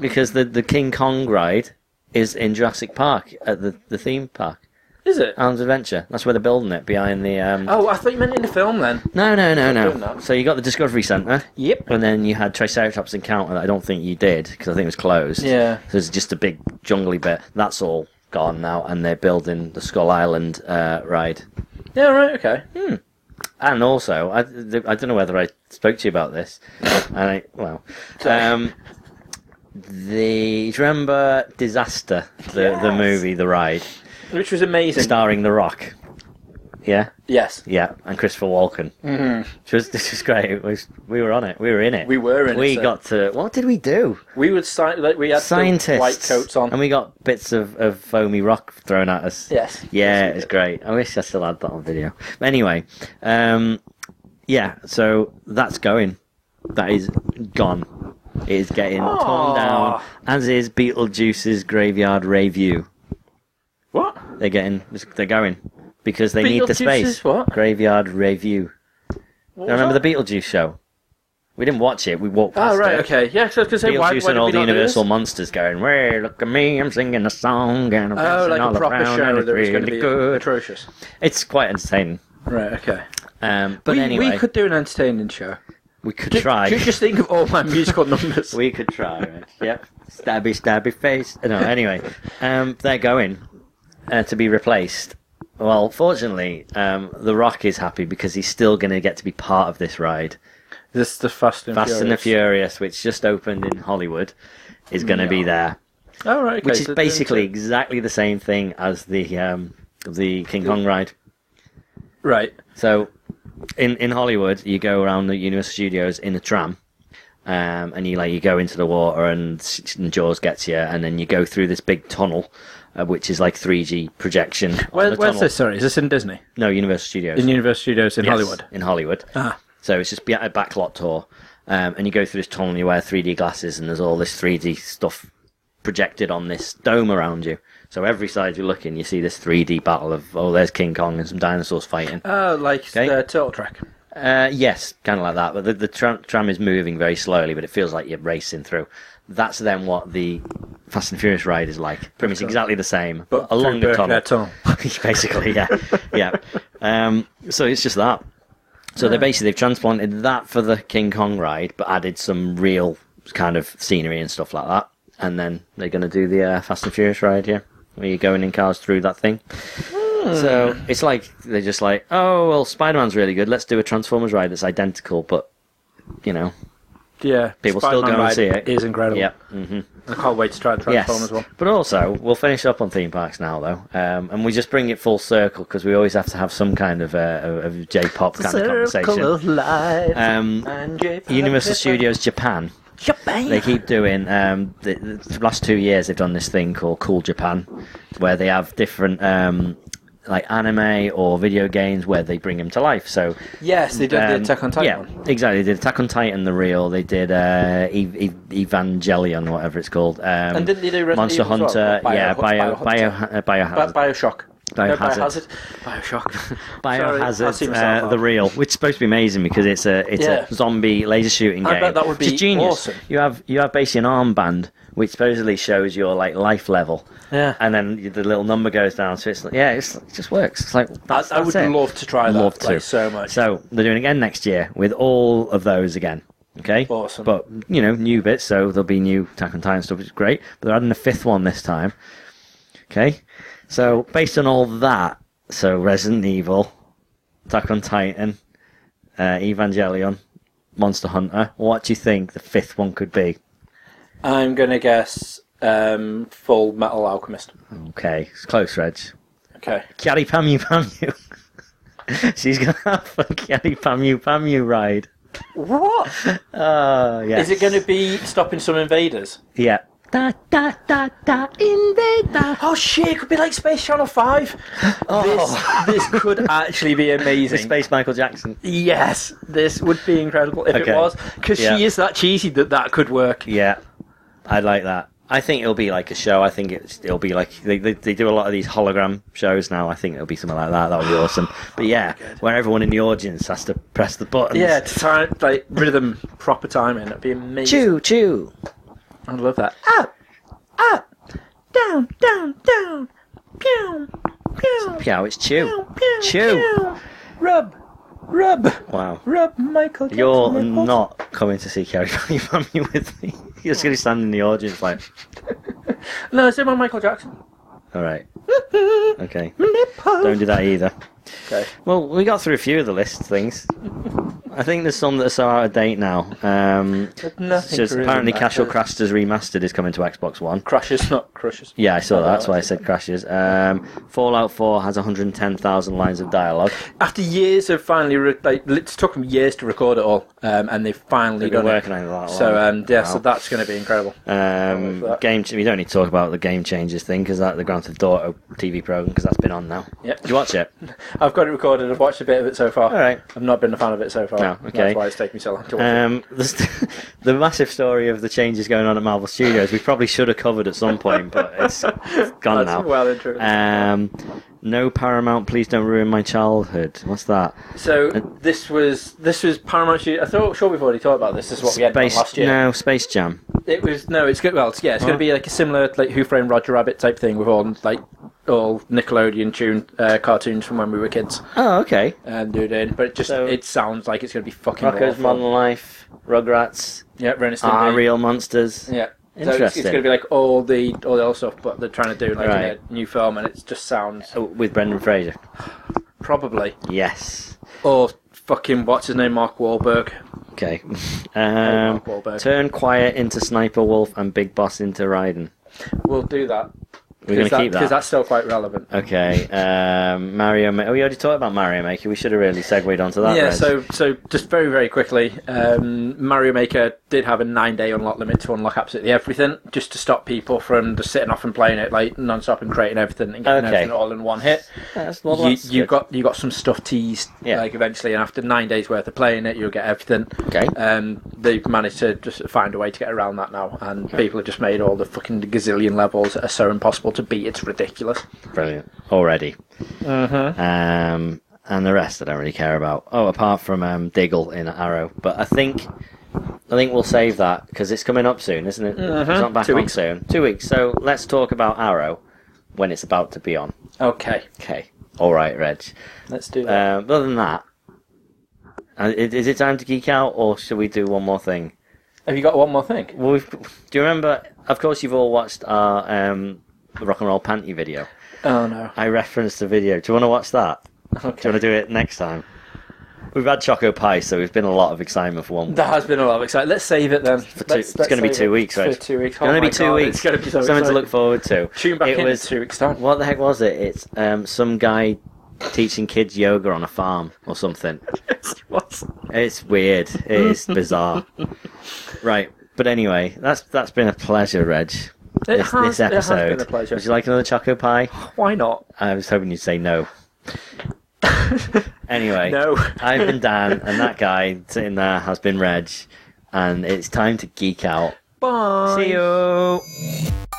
because the the King Kong ride is in Jurassic Park at the, the theme park.
is it?
Island of Adventure. That's where they're building it behind the. Um...
oh, I thought you meant in the film then.
No, no, no,
doing
no.
that.
So you got the Discovery Centre.
Yep.
And then you had Triceratops Encounter that I don't think you did because I think it was closed.
Yeah.
So it's just a big jungly bit. That's all. gone now, and they're building the Skull Island uh, ride.
Yeah, right, okay.
And also, I, th- I don't know whether I spoke to you about this. and I, well, um, the do you remember Disaster, the the
Yes.
movie, the ride,
Which was amazing.
starring The Rock. Yeah,
Yes.
yeah, and Christopher Walken. Mm-hmm. Which was this was great. It was, we were on it. We were in it.
We were in it,
We
so-
got to. What did we do?
We would si- like we had the
Scientists.
white coats on.
and we got bits of, of foamy rock thrown at us.
yes.
Yeah, it's great. I wish I still had that on video. But anyway, um, yeah, so that's going. That is gone. It is getting torn
Aw.
down, as is Beetlejuice's graveyard review.
What?
They're getting, they're going because they need the
Beetlejuice's
space.
what?
Graveyard review.
What
Do you
was
remember
that?
the Beetlejuice show? We didn't watch it. We walked past
Oh right,
it.
okay. Yeah, 'cause I was gonna say why,
Beetlejuice
why
and
did
all
we
the
not do this?
Universal monsters going, "Well, look at me, I'm singing a song and
Oh,
I'm dancing
like
all
a proper
around and
show
it's
that was
really
going to be
good."
atrocious.
It's quite entertaining.
Right, okay.
Um, but
we,
anyway,
we could do an entertaining show.
we could
Ju-
try.
ju- just think of all my musical numbers.
we could try. Right? yep. Stabby, stabby face. No, anyway, um, they're going uh, to be replaced. Well, fortunately, um, The Rock is happy because he's still going to get to be part of this ride.
this is the Fast and
Fast
Furious.
and the Furious, which just opened in Hollywood, is going to be there,
Oh right, okay.
which
so
is
they're doing
basically
two.
exactly the same thing as the um, the King Kong ride.
right.
So, in in Hollywood, you go around the Universal Studios in a tram, um, and you like you go into the water, and, s- and Jaws gets you, and then you go through this big tunnel, uh, which is like 3G projection. on
Where,
the
where's
tunnel.
this? Sorry, is this in Disney?
No, Universal Studios
In Universal Studios in
Yes,
Hollywood.
In Hollywood.
Ah.
So it's just be- a backlot tour, um, and you go through this tunnel, and you wear 3D glasses, and there's all this 3D stuff projected on this dome around you. So every side you look in, you see this 3D battle of oh, there's King Kong and some dinosaurs fighting.
Oh, like
Okay.
the Turtle Track.
Uh, yes, kind of like that. But the, the tram, tram is moving very slowly, but it feels like you're racing through. That's then what the Fast and Furious ride is like. Pretty much exactly the same, but
But
along the
through
tunnel.
Birkenhead Tunnel.
basically, yeah, yeah. Um, so it's just that. So they basically they've transplanted that for the King Kong ride, but added some real kind of scenery and stuff like that. And then they're going to do the uh, Fast and Furious ride, yeah, where you're going in cars through that thing. So it's like they're just like, oh well, Spider Man's really good. Let's do a Transformers ride that's identical, but you know,
Yeah,
People still
Spider-Man
go and
ride
see it.
Is incredible.
yeah. mm-hmm."
I can't wait to try and
Yes,
transform as well.
but also we'll finish up on theme parks now, though, um, and we just bring it full circle because we always have to have some kind of uh, of- of J-pop kind of conversation.
life.
Um, Universal Studios Japan. They keep doing um, the, the last two years. They've done this thing called Cool Japan, where they have different um, like anime or video games where they bring them to life. So
Yes, they did
um,
the Attack on Titan.
Yeah,
one.
exactly. They did Attack on Titan, the real. They did uh, Ev- Ev- Evangelion, whatever it's called. Um,
And didn't they do Resident
Monster
Evil as well?
Hunter?
Bio-
yeah, bio,
Biohazard.
bio, uh,
Bi-
biohazard,
Bioshock. No,
Biohazard.
Biohazard. Bioshock. Sorry, I
biohazard,
see myself
uh,
out.
the real, which is supposed to be amazing because it's a it's
Yeah.
a zombie laser shooting
I
game.
bet that would
Which is
be
genius.
awesome.
You have you have basically an armband which supposedly shows your like life level.
Yeah.
And then the little number goes down, so it's like, yeah, it's, it just works. It's like
I,
that's,
I would
that's it.
love to try that.
Love to
like, so much.
So they're doing it again next year with all of those again. Okay,
Awesome.
But you know, new bits, so there'll be new Attack on Titan stuff, which is great. But they're adding a fifth one this time. Okay, so based on all that, so Resident Evil, Attack on Titan, uh, Evangelion, Monster Hunter. What do you think the fifth one could be?
I'm gonna guess um, Full Metal Alchemist.
Okay, it's close, Reg.
Okay.
Caddy Pamu Pamu. She's gonna have a Caddy Pamu Pamu ride.
What
Oh, yeah.
is it going to be? Stopping some invaders?
Yeah. Da da da da invader.
Oh shit! It could be like Space Channel Five. This this could actually be
The
amazing.
Oh. Space Michael Jackson.
Yes, this would be incredible if
Okay.
it was because
Yeah.
she is that cheesy that that could work.
Yeah, I like that. I think it'll be like a show. I think it's, it'll be like they, they, they do a lot of these hologram shows now. I think it'll be something like that. That'll be awesome. But yeah, where everyone in the audience has to press the buttons.
Yeah, to time like rhythm proper timing. It'd be amazing.
Choo choo.
I love that.
Pew, it's chew. Chew.
Rub, rub,
Wow.
rub, Michael. Jackson
You're
nipples.
not coming to see Carrie Family with me. You're just going to stand in the audience like,
No, it's about Michael Jackson.
All right. Okay. Don't do that either.
Okay.
Well, we got through a few of the list things. I think there's some that are so out of date now. Um,
nothing
just
really
apparently,
matters.
Castle Crasters Remastered is coming to Xbox One.
Crashes, not crushes.
Yeah, I saw
Oh,
that. That's why I
okay.
said crashes. Um, Fallout 4 has 110,000 lines of dialogue.
After years of finally, re- like, it took them years to record it all, um, and they've finally
They've been
done
working
it.
on it that
So
long.
um, yeah,
Wow.
so that's going to be incredible.
Um,
Like that.
game. Ch- we don't need to talk about the game changes thing because that the Grand Theft Auto TV program because that's been on now.
Yep.
Did you watch it?
I've got it recorded. I've watched a bit of it so far.
All right.
I've not been a fan of it so far.
No, okay.
That's why it's taken me so long to watch it.
Um, the, st- the massive story of the changes going on at Marvel Studios we probably should have covered at some point, but Uh, it's gone
That's
now.
well and truly.
Um, no Paramount, please don't ruin my childhood. What's that?
So
uh,
this was this was Paramount. Studio- I thought sure we've already talked about this. This is what we had done
Space,
last year.
No, Space Jam.
It was no, it's good. Well, it's, yeah, it's going to be like a similar like Who Framed Roger Rabbit type thing with all like all Nickelodeon tuned uh, cartoons from when we were kids uh,
Oh, okay.
and do it in. But it just
So-
it sounds like it's going to be fucking
Rocco's
awful.
Modern Life, Rugrats,
Yeah, Ren and
Are
Stimpy.
Real Monsters.
Yeah. So it's,
Interesting.
it's going to be like all the all the old stuff, but they're trying to do like in
Right.
a new film, and it just sounds
Oh, With Brendan Fraser.
probably
Yes.
or fucking what's his name, Mark Wahlberg.
Okay.
Oh,
Um,
Mark Wahlberg.
turn Quiet into Sniper Wolf and Big Boss into Raiden.
We'll do that.
We're going to keep
because
that. Oh,
that's still quite relevant.
Okay. Um, Mario. Ma- oh, we already talked about Mario Maker. We should have really segued onto that.
yeah,
Reg.
so so just very very quickly, um, Mario Maker did have a nine day unlock limit to unlock absolutely everything, just to stop people from just sitting off and playing it like non-stop and creating everything and getting
Okay.
everything all in one hit.
That's- well,
you
that's
you
good.
got you got some stuff teased
Yeah.
like eventually, and after nine days worth of playing it, you'll get everything.
Okay.
Um, they've managed to just find a way to get around that now, and people have just made all the fucking gazillion levels that are so impossible to beat. It's ridiculous.
Brilliant. Already. Um, and the rest I don't really care about. Oh, apart from um, Diggle in Arrow. But I think I think we'll save that because it's coming up soon, isn't it? It's not back
Mm-hmm. Two
on
weeks.
soon. Two weeks. So let's talk about Arrow when it's about to be on.
Okay,
Okay. All right, Reg.
let's do that.
Um, other than that, uh, is, is it time to geek out, or should we do one more thing?
have you got one more thing?
Well, we've, do you remember? Of course, you've all watched our um, rock and roll panty video.
Oh no.
I referenced the video. Do you want to watch that? Do you
Okay.
want to do it next time? We've had choco pie, so there's been a lot of excitement for one.
That has been a lot of excitement. Let's save it then.
for two, it's going to be two weeks, right?
For two weeks.
It's going to be two weeks.
oh It's going to be so
something
exciting.
to look forward to.
Tune back
it
in
was
two weeks time.
what the heck was it? It's um, some guy teaching kids yoga on a farm or something.
What?
It's weird. It is bizarre. right. But anyway, that's that's been a pleasure, Reg.
It
this,
has-
this
it has
episode.
been a pleasure.
Would you like another choco pie?
Why not?
I was hoping you'd say no. Anyway,
No.
I've been Dan, and that guy sitting there has been Reg, and it's time to geek out.
Bye.
See you.